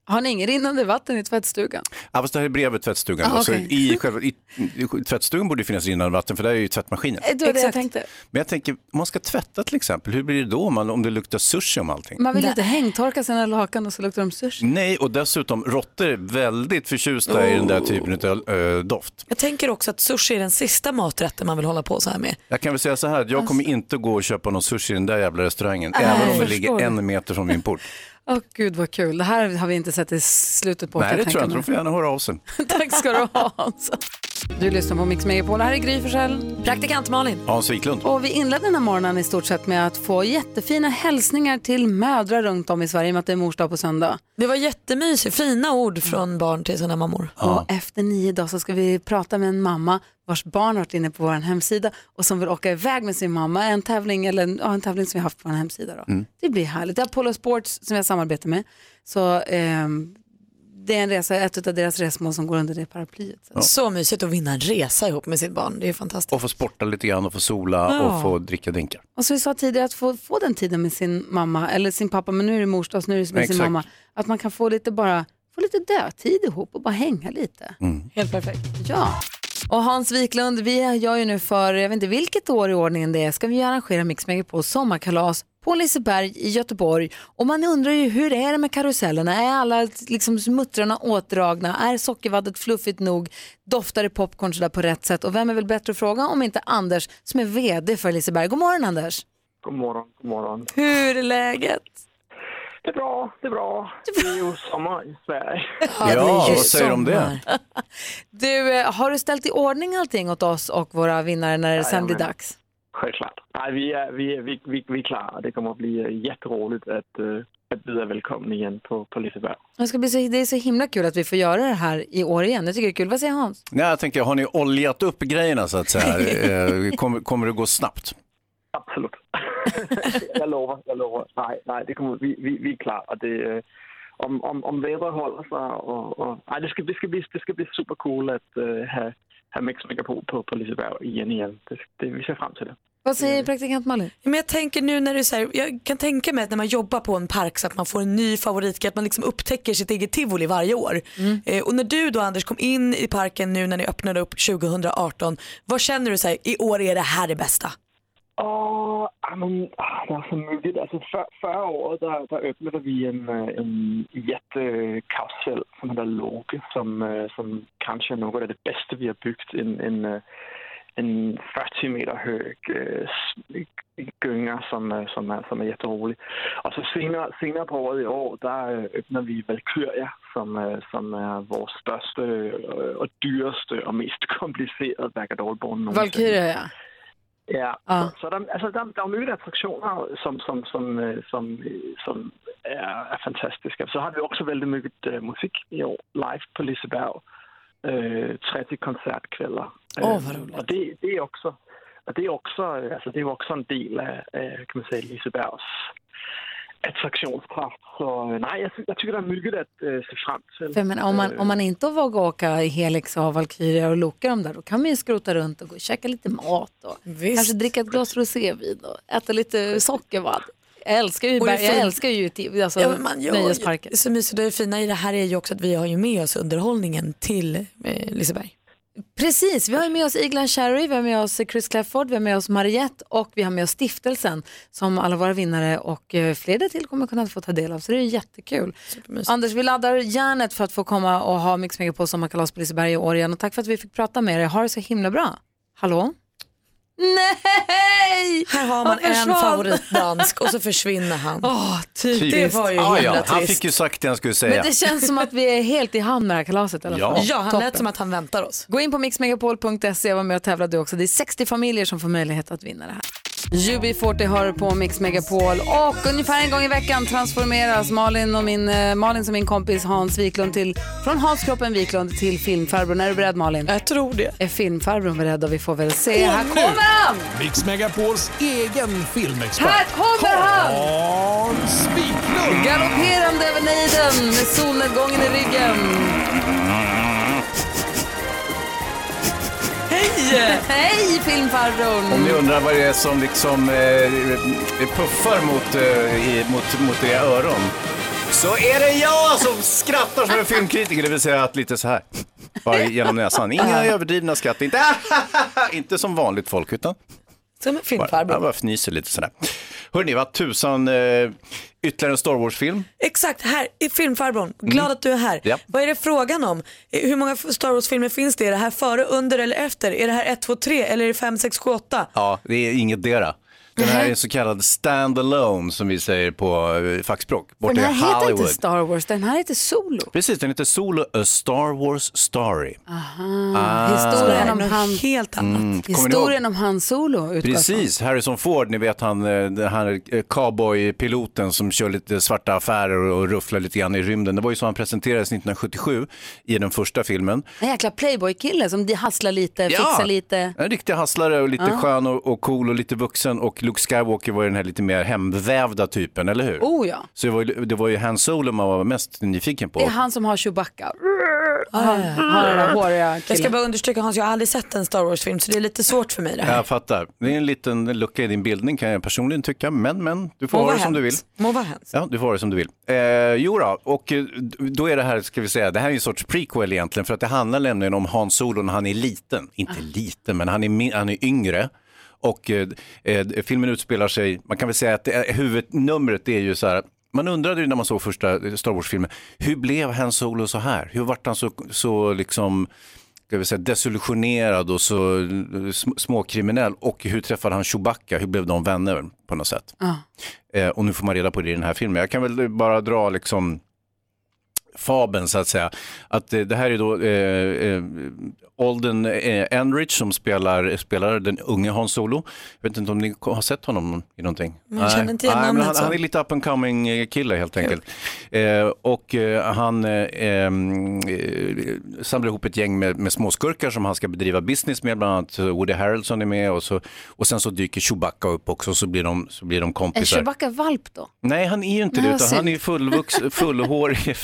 Har ni ingen rinnande vatten i tvättstugan? Ja, fast det här är bredvid tvättstugan. Ah, då, så okej. i, själva, i, i tvättstugan borde det finnas rinnande vatten för där är ju tvättmaskinen. Eh, Det var det jag tänkte. Men jag tänker, om man ska tvätta till exempel, hur blir det då om, man, om det luktar sushi om allting? Man vill ju inte hängtorka sina lakan och så luktar de sushi. Nej, och dessutom råttor är väldigt förtjusta i den där typen av eh, doft. Jag tänker också att sushi är den sista maträtten man vill hålla på så här med. Jag kan väl säga så här, att jag kommer inte gå och köpa någon sushi i den där jävla restaurangen, Alltså. Nej, även om det jag ligger förstår. en meter från min port. Åh gud vad kul, det här har vi inte sett i slutet på. kan Nej, det tror tänka jag inte. mig. De får gärna höra av sig. Tack ska du ha Hans. Du lyssnar på Mix Megapol, här är Gry Forssell. Praktikant Malin. Hans Wiklund. Och vi inledde den här morgonen i stort sett med att få jättefina hälsningar till mödrar runt om i Sverige i och med att det är mors dag på söndag. Det var jättemysigt, fina ord från barn till sina mammor. Och efter nio dagar så ska vi prata med en mamma vars barn har varit inne på vår hemsida och som vill åka iväg med sin mamma. En tävling, eller, en- ja, en tävling som vi har haft på vår hemsida. Då. Det blir härligt. Det är Apollo Sports som jag samarbetar med. Så ehm, det är en resa, ett av deras resmål som går under det paraplyet. Ja. Så mysigt att vinna en resa ihop med sitt barn. Det är fantastiskt. Och få sporta lite grann och få sola Ja. och få dricka drinkar. Och som vi sa tidigare, att få, få den tiden med sin mamma, eller sin pappa, men nu är det mors dag, så nu är det med sin Exakt. mamma. Att man kan få lite bara, få lite dödtid ihop och bara hänga lite. Helt perfekt. Ja. Och Hans Wiklund, vi gör ju nu för, jag vet inte vilket år i ordningen det är, ska vi arrangera Mix på sommarkalas på Liseberg i Göteborg. Och man undrar ju hur är det med karusellerna? Är alla liksom smuttrarna åtdragna? Är sockervaddet fluffigt nog? Doftar det popcorn sådär på rätt sätt? Och vem är väl bättre att fråga om inte Anders som är vd för Liseberg. God morgon Anders! God morgon, god morgon. Hur är läget? Det är bra, det är bra. Det är ju sommar i Sverige. Ja, det är ju vad säger du om det? Du, eh, har du ställt i ordning allting åt oss och våra vinnare när det sen blir Jajamän. dags? Självklart. Nej, vi är, vi är, vi, vi, vi är klara. Det kommer att bli jätteroligt att, eh, att bjuda välkommen igen på, på Liseberg. Det, ska bli så, det är så himla kul att vi får göra det här i år igen. Jag tycker det är kul. Vad säger Hans? Nej, jag tänker, har ni oljat upp grejerna så att säga? Eh, kommer, kommer det gå snabbt? Absolut. jag lovar, jag lovar. Nej, nej det kommer, vi, vi, vi är klara. Och det, eh, om, om, om vädret håller sig och... och nej, det, ska, det, ska bli, det ska bli supercool att eh, ha, ha Mix Megapol på, på Liseberg igen igen. Det, det, vi ser fram till det. Vad säger praktikant Malin? Men jag tänker nu när du säger, jag kan tänka mig att när man jobbar på en park så att man får en ny favoritgrej, att man liksom upptäcker sitt eget tivoli varje år. Eh, och när du då Anders kom in i parken nu när ni öppnade upp 2018, vad känner du så här, i år är det här det bästa? Åh, ja, men, ah, det är så mycket. Alltså, för, förra året där, där öppnade vi en, eh, en jättekarusell som heter Loke som, eh, som kanske är något av det bästa vi har byggt. En, en, eh, en 40 meter hög eh, s- gynga som, eh, som, är, som är jätterolig. Och så senare, senare på året i år där eh, öppnar vi Valkyria som, eh, som är vår största eh, och dyraste och mest komplicerade berg-och-dalbana någonsin. Valkyria, ja. Ja, Ja. så de, alltså de, de är ju attraktioner som, som, som, eh, som, eh, som är, är fantastiska. Så har vi också väldigt mycket eh, musik i år, live på Liseberg. Eh, 30 konsertkvällar. Åh, vad roligt. Och det, det är också, och det är också, eh, alltså det är också en del av eh, kan man säga, Lisebergs attraktionskraft. Så eh, nej, jag, ty- jag tycker det är mycket att eh, se fram till. För jag menar, om, man, om man inte vågar åka i Helix och Valkyria och Loka dem där, då kan man ju skrota runt och gå och käka lite mat och kanske dricka ett glas rosévin och äta lite sockervadd. Jag älskar ju, Och det är berg- jag fint. älskar ju ti- alltså, Ja, men man gör ju- nöjesparker. Så mysigt, det fina i det här är ju också att vi har ju med oss underhållningen till eh, Liseberg. Precis, vi har ju med oss Iglan Cherry, vi har med oss Chris Clafford, vi har med oss Mariette och vi har med oss stiftelsen som alla våra vinnare och eh, fler där till kommer kunna få ta del av. Så det är jättekul. Anders, vi laddar järnet för att få komma och ha Mix på sommarkalas på Liseberg i år igen. Och tack för att vi fick prata med dig. Ha det så himla bra. Hallå? Nej! Här har man Han en försvann. favoritdansk och så försvinner han. Åh, Det var ju ah, himla ja. trist. Han fick ju sagt det han skulle säga. Men det känns som att vi är helt i hamn med det här kalaset i alla Ja. fall. Ja, han lät som att han väntar oss. Gå in på mixmegapol.se och var med och tävla du också. Det är 60 familjer som får möjlighet att vinna det här. UB40 hör på Mix Megapol och ungefär en gång i veckan transformeras Malin, och min, eh, Malin som min kompis Hans Wiklund till, från Hans Kroppen Wiklund till filmfarbrorn. Är du beredd Malin? Jag tror det. Är filmfarbrorn beredd och vi får väl se. Här kommer han! Mix Megapols egen filmexpert. Här kommer han! Hans Wiklund! Galopperande över nejden med solnedgången i ryggen. Hej! Hej filmfarbrorn! Om ni undrar vad det är som liksom eh, puffar mot, eh, i, mot, mot era öron så är det jag som skrattar som en filmkritiker, det vill säga att lite så här, bara genom näsan. Inga överdrivna skratt, inte, inte som vanligt folk, utan Som en bara, jag bara fnyser lite sådär. Hörrni, vad tusan, eh, ytterligare en Star Wars-film. Exakt, här i filmfarbrorn. Glad att du är här. Mm. Ja. Vad är det frågan om? Eh, Hur många Star Wars-filmer finns det? Är det här före, under eller efter? Är det här 1, 2, 3 eller är det 5, 6, 7, 8? Ja, det är inget dera. Den här är så kallad stand-alone som vi säger på eh, fackspråk, För borta den i här heter Hollywood. inte Star Wars, den här heter Solo. Precis, den heter Solo, A Star Wars Story. Aha. Ah. Historien om Något han... Helt Mm. Kommer ni ihåg? Historien om han Solo utgår Precis, Harrison Ford, ni vet han, eh, den här eh, cowboypiloten som kör lite svarta affärer och rufflar lite grann i rymden. Det var ju så han presenterades 1977 i den första filmen. En jäkla playboy-kille som de- hasslar lite, fixar lite. En riktig hasslare och lite Ja. skön och, och cool och lite vuxen och Luke Skywalker var ju den här lite mer hemvävda typen, eller hur? Oh ja. Så det var, ju, det var ju Han Solo man var mest nyfiken på. Det är han som har Chewbacca. Han, han är den där håriga Ah, Jag ska killen. bara understryka Hans, jag har aldrig sett en Star Wars-film så det är lite svårt för mig det här. Jag fattar. Det är en liten lucka i din bildning kan jag personligen tycka, men men, du får Må ha vara det som du vill. hemskt. Må vara hemskt. Ja, du får ha det som du vill. Eh, jo då, och eh, då är det här, ska vi säga, det här är en sorts prequel egentligen, för att det handlar nämligen om Han Solo när han är liten, inte liten, men han är, min- han är yngre. Och eh, eh, filmen utspelar sig, man kan väl säga att det är, huvudnumret är ju så här, man undrade ju när man såg första eh, Star Wars-filmen, hur blev Han Solo så här? Hur vart han så, så liksom, ska vi säga, desillusionerad och så eh, sm- småkriminell? Och hur träffade han Chewbacca? Hur blev de vänner på något sätt? Ja. Eh, och nu får man reda på det i den här filmen. Jag kan väl bara dra liksom fabeln så att säga. Att eh, det här är då eh, eh, Alden eh, Enrich som spelar, spelar den unge Hans Solo. Jag vet inte om ni har sett honom i någonting? Men jag känner Nej. inte igen Nej, men namnet han, så. han är lite up and coming eh, kille helt enkelt. Eh, och eh, han eh, eh, samlar ihop ett gäng med, med småskurkar som han ska bedriva business med, bland annat Woody Harrelson är med och, så, och sen så dyker Chewbacca upp också och så blir de, så blir de Är kompisar. Chewbacca valp då? Nej, han är ju inte Nej, det, vad utan han synd. är ju fullvux, fullhårig.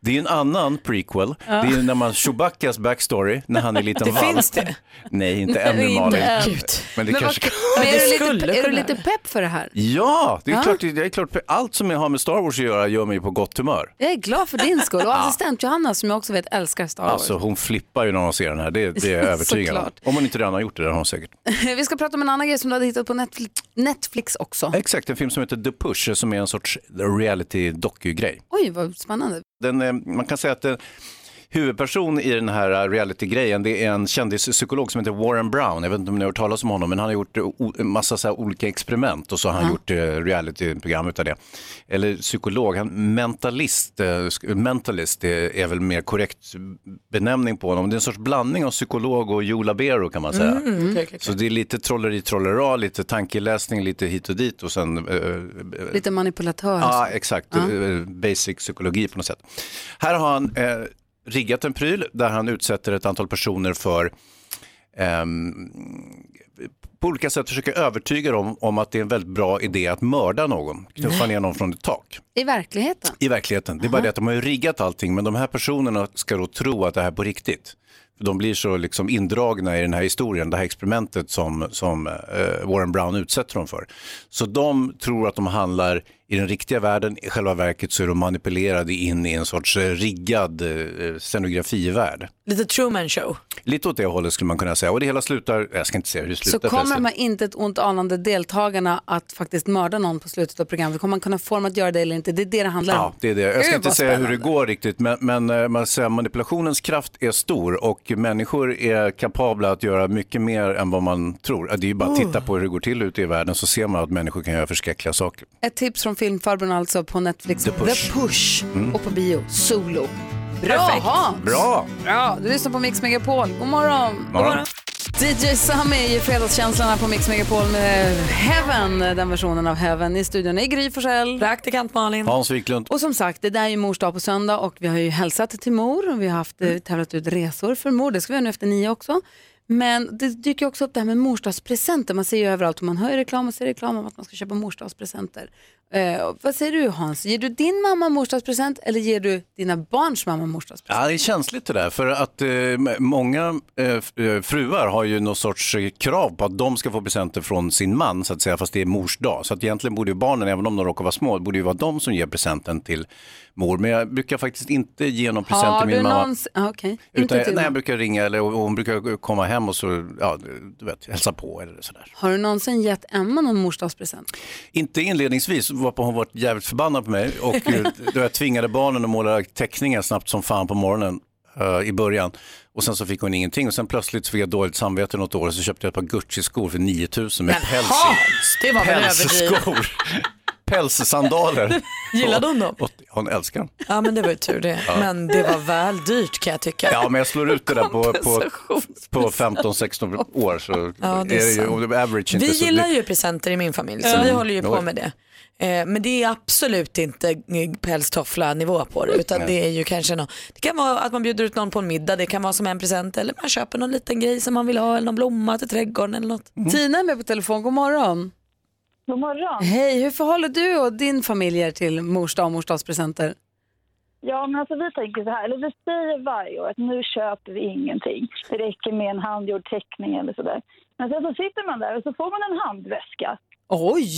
Det är en annan prequel. Ja. Det är när man Chewbaccas backstory, när han är liten Det valp. finns det? Nej, inte ännu Malin. Men det kanske... Men är, Det du skulle lite, är du kunna. lite pepp för det här? Ja, det är, Ja. Klart, det är klart, allt som jag har med Star Wars att göra gör mig på gott humör. Jag är glad för din skull. Och assistent Johanna som jag också vet älskar Star Wars. Alltså hon flippar ju när hon ser den här, det, det är jag övertygad om. Såklart. Om hon inte redan har gjort det, det har hon säkert. Vi ska prata om en annan grej som du hade hittat på Netflix, Netflix också. Exakt, en film som heter The Push som är en sorts reality-doku-grej. Oj, vad spännande. Den, eh, man kan säga att eh, huvudperson i den här eh, reality-grejen det är en kändispsykolog som heter Warren Brown. Jag vet inte om ni har hört talas om honom men han har gjort eh, o- en massa så här olika experiment och så har han Ja. gjort eh, reality-program utav det. Eller psykolog, han mentalist, eh, sk- mentalist är, är väl mer korrekt benämning på honom. Det är en sorts blandning av psykolog och Joe Labero kan man säga. Mm, okej, okej, okej. Så det är lite trolleri trollera, lite tankeläsning, lite hit och dit och sen eh, eh, Lite manipulatör. Ja, exakt. Eh, Basic psykologi på något sätt. Här har han eh, riggat en pryl där han utsätter ett antal personer för ehm, på olika sätt försöker övertyga dem om att det är en väldigt bra idé att mörda någon, knuffa ner någon från ett tak. I verkligheten. I verkligheten. Det är bara det att de har ju riggat allting men de här personerna ska då tro att det här är på riktigt. För De blir så liksom indragna i den här historien, det här experimentet som, som eh, Warren Brown utsätter dem för. Så de tror att de handlar i den riktiga världen, i själva verket så är de manipulerade in i en sorts eh, riggad eh, scenografivärld. Lite Truman show. Lite åt det hållet skulle man kunna säga och det hela slutar, jag ska inte säga hur det Så slutar kommer förresten. de här inte ett ont anande deltagarna att faktiskt mörda någon på slutet av programmet? Kommer man kunna få dem att göra det eller inte? Det är det det handlar Ja, om. det är det. Jag ska Gud, inte vad säga hur det går riktigt, men, men eh, man säger, manipulationens kraft är stor och människor är kapabla att göra mycket mer än vad man tror. Det är ju bara att Oh. titta på hur det går till ute i världen så ser man att människor kan göra förskräckliga saker. Ett tips från filmfarbrorn alltså på Netflix. The Push. Push. Mm. Och på bio, Solo. Bra Perfekt. Hans! Bra! Bra! Du lyssnar på Mix Megapol. God morgon! Morgon. DJ Sammy i Fredagskänslan här på Mix Megapol med Heaven, den versionen av Heaven. I studion är Gry Forssell. Praktikant Malin. Hans Wiklund. Och som sagt, det där är ju mors dag på söndag och vi har ju hälsat till mor och vi har haft, eh, tävlat ut resor för mor. Det ska vi göra nu efter nio också. Men det dyker ju också upp det här med morsdagspresenter. Man ser ju överallt och man hör ju reklam och ser reklam om att man ska köpa morsdagspresenter. Eh, vad säger du Hans? Ger du din mamma morsdagspresent eller ger du dina barns mamma morsdagspresent? Ja, det är känsligt det där, för att eh, många eh, f- eh, fruar har ju någon sorts eh, krav på att de ska få presenter från sin man, så att säga, fast det är mors dag. Så att egentligen borde ju barnen, även om de råkar vara små, borde ju vara de som ger presenten till mor. Men jag brukar faktiskt inte ge någon present Har till du min mamma. någons- Ja, Okej, Utan, inte till nej, mamma. jag brukar ringa eller och hon brukar komma hem och så, ja, du vet, hälsa på eller sådär. Har du någonsin gett Emma någon morsdagspresent? Inte inledningsvis, varpå hon varit jävligt förbannad på mig och eh, då jag tvingade barnen att måla teckningar snabbt som fan på morgonen eh, i början. Och sen så fick hon ingenting och sen plötsligt så fick jag dåligt samvete något år och så köpte jag ett par Gucci-skor för 9000 med päls i. det var väl överdrivet. Pälsskor, pälssandaler. Gillade hon dem? Och, hon älskar dem. Ja men det var ju tur det. Ja. Men det var väl dyrt kan jag tycka. Ja, men jag slår ut det där på, på, på 15-16 år så Ja, det är ju sant. och det är average inte Vi så gillar ju presenter i min familj så Ja. vi håller ju Mm. på med det. Eh, Men det är absolut inte pälstoffla-nivå på det utan Nej. det är ju kanske något. Det kan vara att man bjuder ut någon på en middag, det kan vara som en present eller Mm. man köper någon liten grej som man vill ha eller någon blomma till trädgården eller något. Tina är med på telefon, god morgon. God morgon. Hej, hur förhåller du och din familj er till mors dag och mors dagspresenter? Ja, men alltså vi tänker så här, eller vi säger varje år att nu köper vi ingenting. Det räcker med en handgjord teckning eller sådär. Men sen så sitter man där och så får man en handväska. Oj!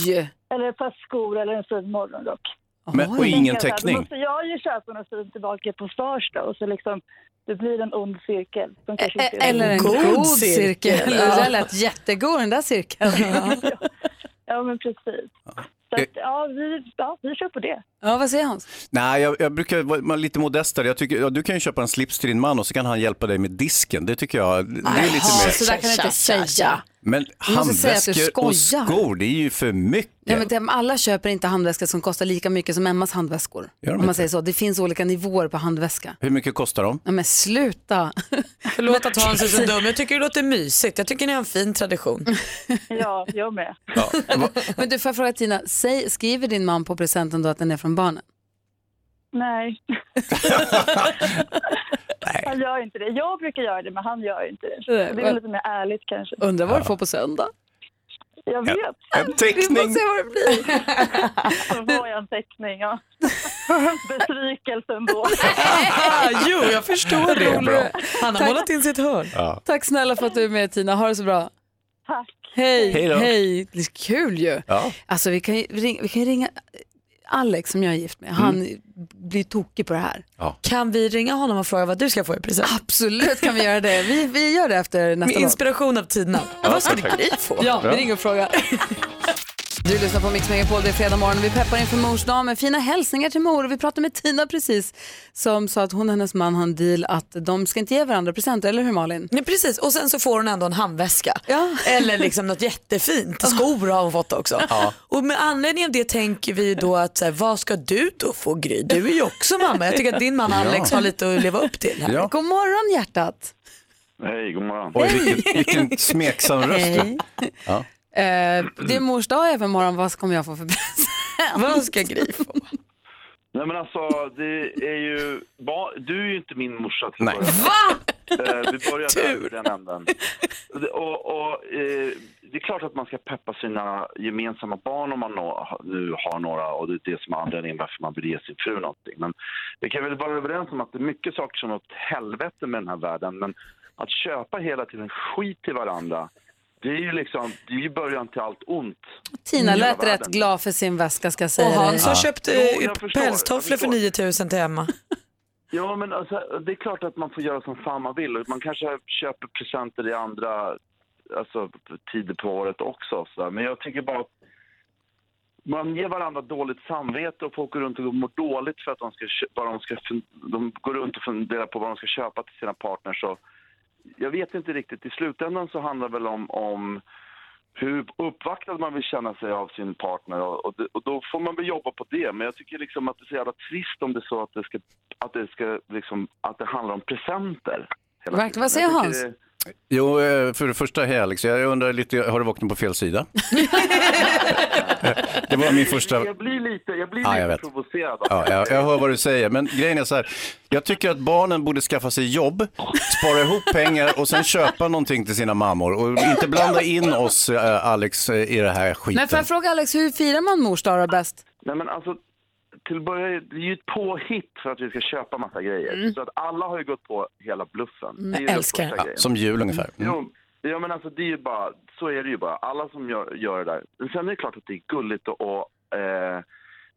Eller ett par skor eller en fin morgonrock. Men, och Då ingen tänker jag så här, Då teckning. måste jag ju köpa något fint tillbaka på Stars då och så liksom, det blir en ond cirkel. Som kanske inte är- Eh, Eller en god, cirkel. Det där lät jättegod den där cirkeln. Ja, men precis. Så att, ja, vi, ja, vi kör på det. Ja, vad säger Hans? Nej, jag, jag brukar vara vara lite modestare. Jag tycker, ja, du kan ju köpa en slips till din man och så kan han hjälpa dig med disken. Det tycker jag. Det är lite Jaha, mer. Så där kan du inte säga. Men Du Ah. måste säga att du handväskor och skojar. skor, det är ju för mycket. Ja, men de- alla köper inte handväskor som kostar lika mycket som Emmas handväskor. Gör de Om man inte? säger så. Det finns olika nivåer på handväska. Hur mycket kostar de? Ja, men sluta. Förlåt att Hans är så dum. Jag tycker det låter mysigt. Jag tycker ni har en fin tradition. Ja, jag med. Men du, får jag fråga Tina, säg, skriver din man på presenten då att den är från barnen? Nej. Han gör inte det. Jag brukar göra det, men han gör inte det. Nej, Det är men- väl lite mer ärligt kanske. Undrar vad du får på söndag? Jag vet. En teckning. Vi får se vad det blir. Så får jag en teckning, ja. Besvikelse ändå. Ah, jo, jag förstår det. Han har Tack. målat in sitt hörn. Ja. Tack snälla för att du är med Tina, ha det så bra. Tack. Hej, Hej då. hej. Det är kul ju. Ja. Alltså vi kan ju ringa, vi kan ju ringa eh, Alex som jag är gift med, han blir tokig på det här. Kan vi ringa honom och fråga vad du ska få i present? Absolut kan vi göra det. Vi, vi gör det efter nästa Med låt. inspiration av Tina. vad ska Gry få? Ja, vi Bra. ringer och frågar. Du lyssnar på Mix Megapol, det är fredag morgon och vi peppar inför mors dag med fina hälsningar till mor. Och vi pratade med Tina precis som sa att hon och hennes man har en deal att de ska inte ge varandra presenter, eller hur Malin? Nej, precis, och sen så får hon ändå en handväska. Eller liksom något jättefint. Skor har hon fått också. Ja. Och med anledning av det tänker vi då att så här, vad ska du då få Gry? Du är ju också mamma. Jag tycker att din man Alex Ja. har lite att leva upp till. Här. Ja. God morgon hjärtat! Hej, god morgon. Oj, vilken, vilken smeksam röst. Hej. Ja. Eh, det är mors dag även imorgon, vad kommer jag få för present? Vad ska Gry få? Nej men alltså, det är ju... Ba... Du är ju inte min morsa till Nej. Va? Eh, Vi börjar där, i den änden. Det- Och, och, eh, det är klart att man ska peppa sina gemensamma barn om man nå- nu har några och det är det som är anledningen varför man vill ge sin fru någonting. Men vi kan väl vara överens om att det är mycket saker som är åt helvete med den här världen men att köpa hela tiden skit till varandra det är ju liksom, det är ju början till allt ont. Tina i hela lät rätt världen. glad för sin väska ska jag säga Och Hans dig. har köpt eh, Jo, jag förstår, pälstofflor jag för förstår. 9000 till Emma. Ja, men alltså, det är klart att man får göra som fan man vill. Man kanske köper presenter i andra alltså, tider på året också. Så där. Men jag tycker bara att man ger varandra dåligt samvete och folk går runt och mår dåligt för att de, ska, kö- vad de, ska, fun- de går runt och funderar på vad de ska köpa till sina partners. Och jag vet inte riktigt. I slutändan så handlar det väl om, om hur uppvaktad man vill känna sig av sin partner och, och, det, och då får man väl jobba på det. Men jag tycker liksom att det är så jävla trist om det är så att det, ska, att det, ska, liksom, att det handlar om presenter. hela Verkligen. tiden. Vad säger Jag tycker Hans? det- Jo, eh, för det första, hej Alex, jag undrar lite, har du vaknat på fel sida? det var min första... Jag blir lite, jag blir Ja, jag lite vet. provocerad. Ja, jag, jag hör vad du säger, men grejen är så här. Jag tycker att barnen borde skaffa sig jobb, spara ihop pengar och sen köpa någonting till sina mammor. Och inte blanda in oss, eh, Alex, eh, i det här skiten. Men får jag fråga Alex, hur firar man mors dag då bäst? Nej, men alltså, till att börja med, det är ju ett påhitt för att vi ska köpa massa grejer. Mm. Så att alla har ju gått på hela bluffen. Mm, Det är ju jag den älskar första ja, grejen. som jul ungefär. Mm. Jo, ja, men alltså det är ju bara, så är det ju bara. Alla som gör, gör det där. Men Sen är det klart att det är gulligt och, och eh,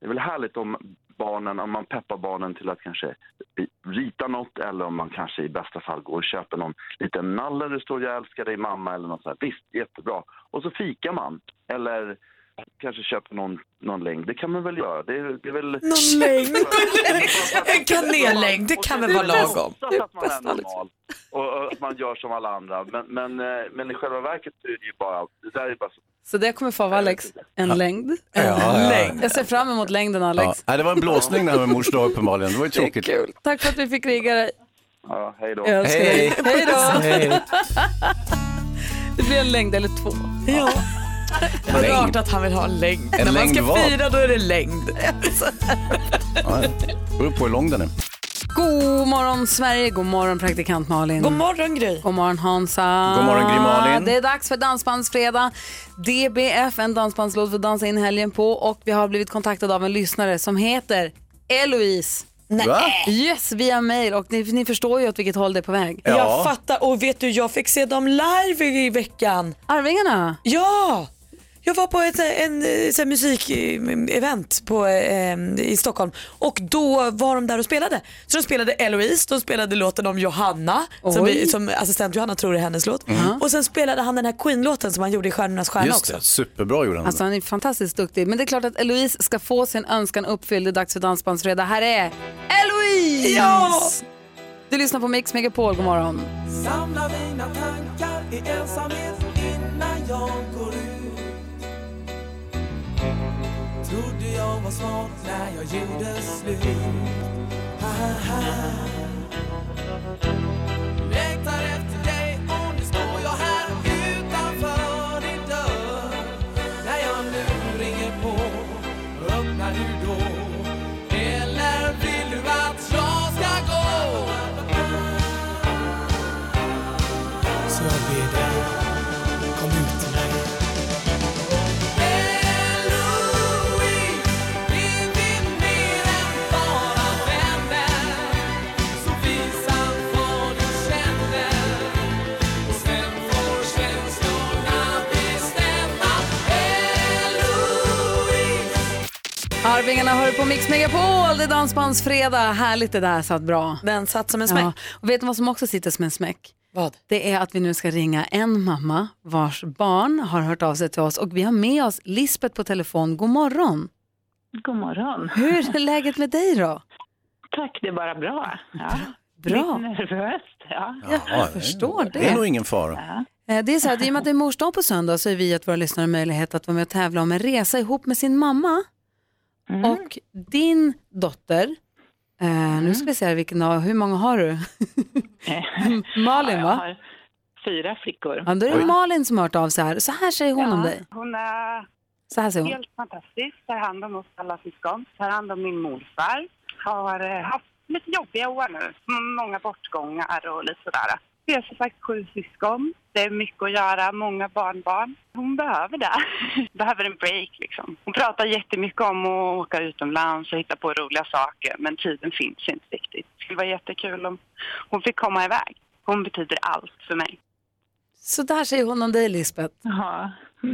det är väl härligt om barnen, om man peppar barnen till att kanske rita något eller om man kanske i bästa fall går och köper någon liten nalle där det står jag älskar dig mamma eller något sånt. här. Visst, jättebra. Och så fikar man. Eller kanske köper någon, någon längd. Det kan man väl göra. Det är, det är väl... Någon längd. en kanellängd, det kan väl vara lagom. Det att man är normal och, och att man gör som alla andra. Men, men, eh, men i själva verket så är det ju bara... Det där är bara så Så det kommer få av Alex en längd. Ja, ja, ja. Längd. Jag ser fram emot längden Ja. Alex. Nej, det var en blåsning det här med mors dag uppenbarligen. Det var ju tråkigt. Tack för att vi fick ringa dig. Ja, hej då. Jag älskar dig. Hej då. Hej. Det blir en längd eller två. Ja. Det är Längd. klart att han vill ha en längd. En När man längd ska vad? fira då är det längd. Ja, ja. Det beror på hur lång den är. God morgon Sverige, god morgon praktikant Malin. God morgon Gry. God morgon Hansa. God morgon, Gry Malin. Det är dags för Dansbandsfredag. DBF, en dansbandslåt för att dansa in helgen på. Och vi har blivit kontaktade av en lyssnare som heter Eloise. Nej. Va? Yes, via mail. Och ni, ni förstår ju åt vilket håll det är på väg. Jag fattar och vet du jag fick se dem live i veckan. Arvingarna? Ja! Jag var på ett eh, en, en, så här musikevent på, eh, i Stockholm och då var de där och spelade. Så de spelade Eloise, de spelade låten om Johanna, som, Oj. vi, som assistent Johanna tror är hennes låt. Och sen spelade han den här Queen-låten som han gjorde i Stjärnornas stjärna Just också. det, superbra gjorde han. Alltså han är fantastiskt duktig. Men det är klart att Eloise ska få sin önskan uppfylld. Det är dags för Dansbandsfredag. Här är Eloise! Ja! Du lyssnar på Mix Megapol. God morgon. Samla mina tankar i ensamhet innan jag går ut Trodde jag var smart när jag gjorde slut Haha. Längtar efter dig och nu står jag här utanför din dörr När jag nu ringer på, öppnar du då? Eller vill du att jag ska gå? Så jag ber dig, kom ut till mig. Arvingarna hör på Mix Megapol. Det är Dansbandsfredag. Härligt det där satt bra. Den satt som en smäck. Ja. Och vet du vad som också sitter som en smäck? Vad? Det är att vi nu ska ringa en mamma vars barn har hört av sig till oss och vi har med oss Lisbeth på telefon. God morgon. God morgon. Hur är läget med dig då? Tack, det är bara bra. Ja. Bra. Lite nervöst, ja. Ja, jag förstår det. Det är nog ingen fara. Eh, Det är så här, att i och med att det är mors dag på söndag så har vi gett våra lyssnare möjlighet att vara med och tävla om en resa ihop med sin mamma. Mm. Och din dotter, eh, nu Mm. ska vi se här vilken av, hur många har du? Malin Jag va? har fyra flickor. Ja, då är det Malin som har hört av sig här. Så här säger hon om Ja, dig. Hon är Så här säger hon. helt fantastisk. Tar hand om oss alla syskon. Tar hand om min morfar. Har eh, haft lite jobbiga år nu. Mm, Många bortgångar och lite sådär. Vi har som sagt sju syskon. Det är mycket att göra, många barnbarn. Hon behöver det. behöver en break liksom. Hon pratar jättemycket om att åka utomlands och hitta på roliga saker. Men tiden finns inte riktigt. Det skulle vara jättekul om hon fick komma iväg. Hon betyder allt för mig. Så där säger hon om dig Lisbeth. Ja.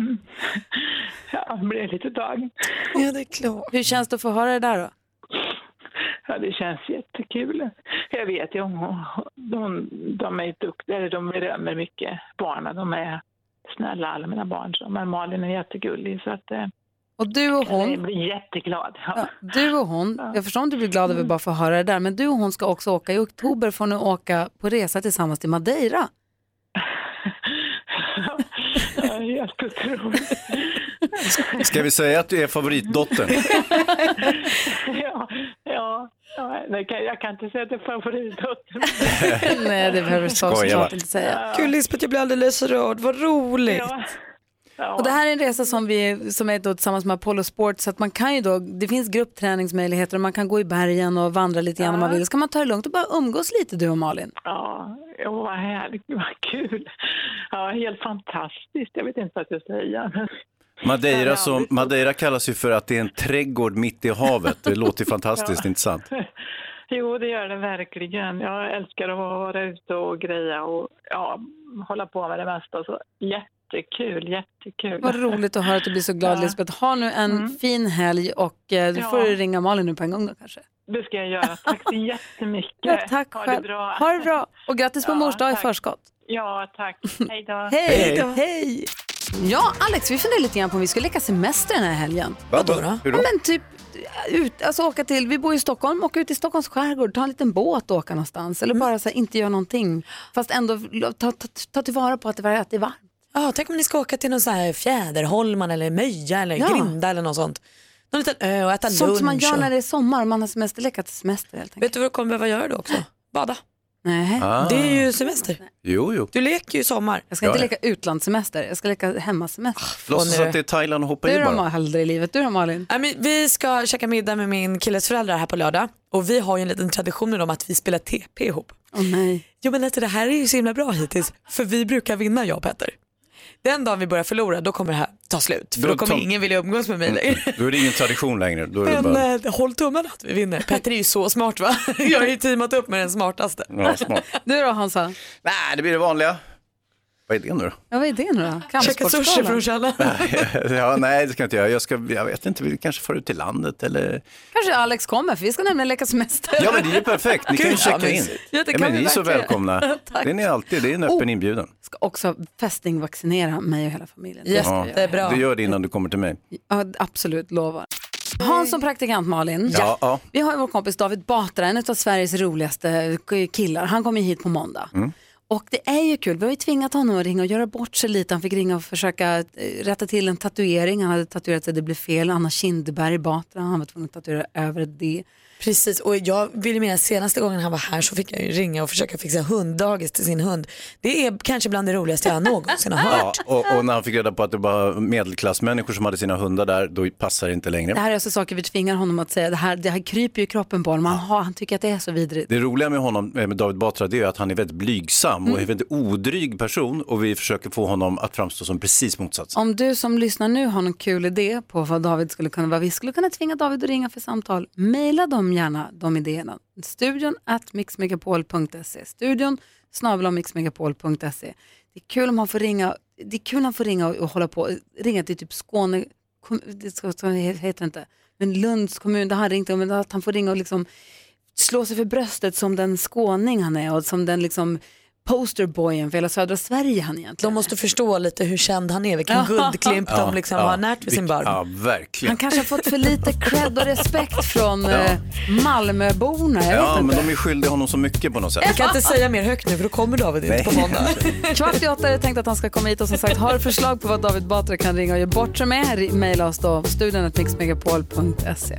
Ja, det blev lite dag. Ja, det är klart. Hur känns det att få höra det där då? Ja, det känns jättekul. Jag vet ju, hon, de, de är ju duktiga, eller de berömmer mycket barnen. De är snälla, alla mina barn. Så, men Malin är jättegullig. Så att, eh, Och du och hon? Jag blir jätteglad. Ja. Du och hon, jag förstår om du blir glad Mm. över bara för att få höra det där, men du och hon ska också åka, i oktober får ni åka på resa tillsammans till Madeira. Ja, helt otroligt. Ska vi säga att du är favoritdottern? ja, ja, ja, det kan, jag kan inte säga att det är favoritdottern. Nej, det behöver du så- Skojar såklart bara. inte säga. Gud Lisbeth, jag blir alldeles rörd. Vad roligt. Och det här är en resa som, vi, som är då tillsammans med Apollo Sport, så att man kan ju då, det finns gruppträningsmöjligheter och man kan gå i bergen och vandra lite grann om man vill. Ska man ta det lugnt och bara umgås lite du och Malin? Ja, åh, vad härligt, vad kul. Ja, helt fantastiskt. Jag vet inte vad jag ska säga. Madeira, som, Madeira kallas ju för att det är en trädgård mitt i havet. Det låter ju fantastiskt, inte sant? Jo, det gör det verkligen. Jag älskar att vara ute och greja och ja, hålla på med det mesta. Så jättekul, jättekul. Vad roligt att höra att du blir så glad Ja. Mm. Lisbeth. Ha nu en fin helg och eh, du Ja. får ringa Malin nu på en gång då kanske. Det ska jag göra. Tack så jättemycket. Ja, tack ha själv. det bra. Ha det bra och grattis på Ja, mors dag i tack. förskott. Ja, tack. Hej då. Hej då. Hej! Ja, Alex, vi funderar lite grann på om vi skulle leka semester den här helgen. Vad då? då? Ja, men typ ut, alltså åka till, vi bor i Stockholm, åka ut i Stockholms skärgård, ta en liten båt och åka någonstans. Mm. Eller bara så här, inte göra någonting. Fast ändå ta, ta, ta, tillvara på att det, var- att det är varmt. Ja, tänk om ni ska åka till någon sån här Fjäderholman eller Möja eller Ja. Grinda eller något sånt. Någon liten ö och äta Sånt lunch. som man gör och... när det är sommar, man har semesterleka till semester helt enkelt. Vet du vad du kommer behöva göra då också? Bada. Nej. Ah. Det är ju semester. Jo, jo. Du leker ju sommar. Jag ska inte leka utlandssemester, jag ska leka hemmasemester. Låtsas att Ah, det är Thailand och hoppa Du i då bara. Malin? aldrig i livet. Du då Malin? vi ska käka middag med min killes föräldrar här på lördag. Och vi har ju en liten tradition med dem att vi spelar TP ihop. Åh nej. Jo men alltså det här är ju så himla bra hittills, för vi brukar vinna jag och Petter. Den dagen vi börjar förlora då kommer det här ta slut, för då, Då kommer tar- ingen vilja umgås med mig längre. Mm, Då är det ingen tradition längre. Då är det Men bara... eh, håll tummarna att vi vinner. Petter är ju så smart va? Jag har ju teamat upp med den smartaste. Ja, smart. Du då Hansa? Nej, det blir det vanliga. Vad är det nu då? Ja, vad är det nu då? Käka sushi Kampsportsgalan? från Källa. ja, nej, det ska jag inte göra. Jag, ska, jag vet inte, vi kanske får ut till landet eller... Kanske Alex kommer för vi ska nämligen leka semester. Ja, men det är ju perfekt. Ni kan ju Gud, ja, checka in. mysigt. Ja, det kan men vi ni är så verkligen. välkomna. Tack. Oh. Det är ni alltid. Det är en öppen inbjudan. Ska också fästingvaccinera mig och hela familjen. Ja, Du gör det innan du kommer till mig. Ja, absolut, lovar. Hans som praktikant Malin. Ja, ja. Vi har ju vår kompis David Batra, en av Sveriges roligaste killar. Han kommer ju hit på måndag. Mm. Och det är ju kul, vi har ju tvingat honom att ringa och göra bort sig lite. Han fick ringa och försöka eh, rätta till en tatuering. Han hade tatuerat sig, det blev fel. Anna Kindberg Batra, han var tvungen att tatuera över det. Precis, och jag vill ju minnas senaste gången han var här så fick jag ju ringa och försöka fixa hunddagis till sin hund. Det är kanske bland det roligaste jag någonsin har Ja, hört. och, och när han fick reda på att det var medelklassmänniskor som hade sina hundar där, då passar det inte längre. Det här är alltså saker vi tvingar honom att säga. Det här, det här kryper ju i kroppen på honom. Han, har- han tycker att det är så vidrigt. Det roliga med honom, eh, med David Batra, det är ju att han är väldigt blygsam Mm. och en väldigt odryg person och vi försöker få honom att framstå som precis motsatsen. Om du som lyssnar nu har någon kul idé på vad David skulle kunna vara, vi skulle kunna tvinga David att ringa för samtal, mejla dem gärna de idéerna. Studion at mixmegapol.se, studion snabel mixmegapol.se. Det är kul om han får ringa, det är kul om han får ringa och, och hålla på, ringa till typ Skåne, kom, det ska, ska, heter det inte, men Lunds kommun där han ringt om, men att han får ringa och liksom slå sig för bröstet som den skåning han är och som den liksom posterboyen för hela södra Sverige han egentligen De måste förstå lite hur känd han är, vilken guldklimp de liksom har närt vid sin barm. Ja, verkligen. Han kanske har fått för lite cred och respekt från eh, Malmöborna. Jag Ja, vet men inte. de är skyldiga honom så mycket på något sätt. Jag kan inte säga mer högt nu för då kommer David Nej. ut på måndag. Kvart i åtta är det tänkt att han ska komma hit och som sagt har du förslag på vad David Batra kan ringa och göra bort sig med, ri- mejla oss då studion mixmegapol.se.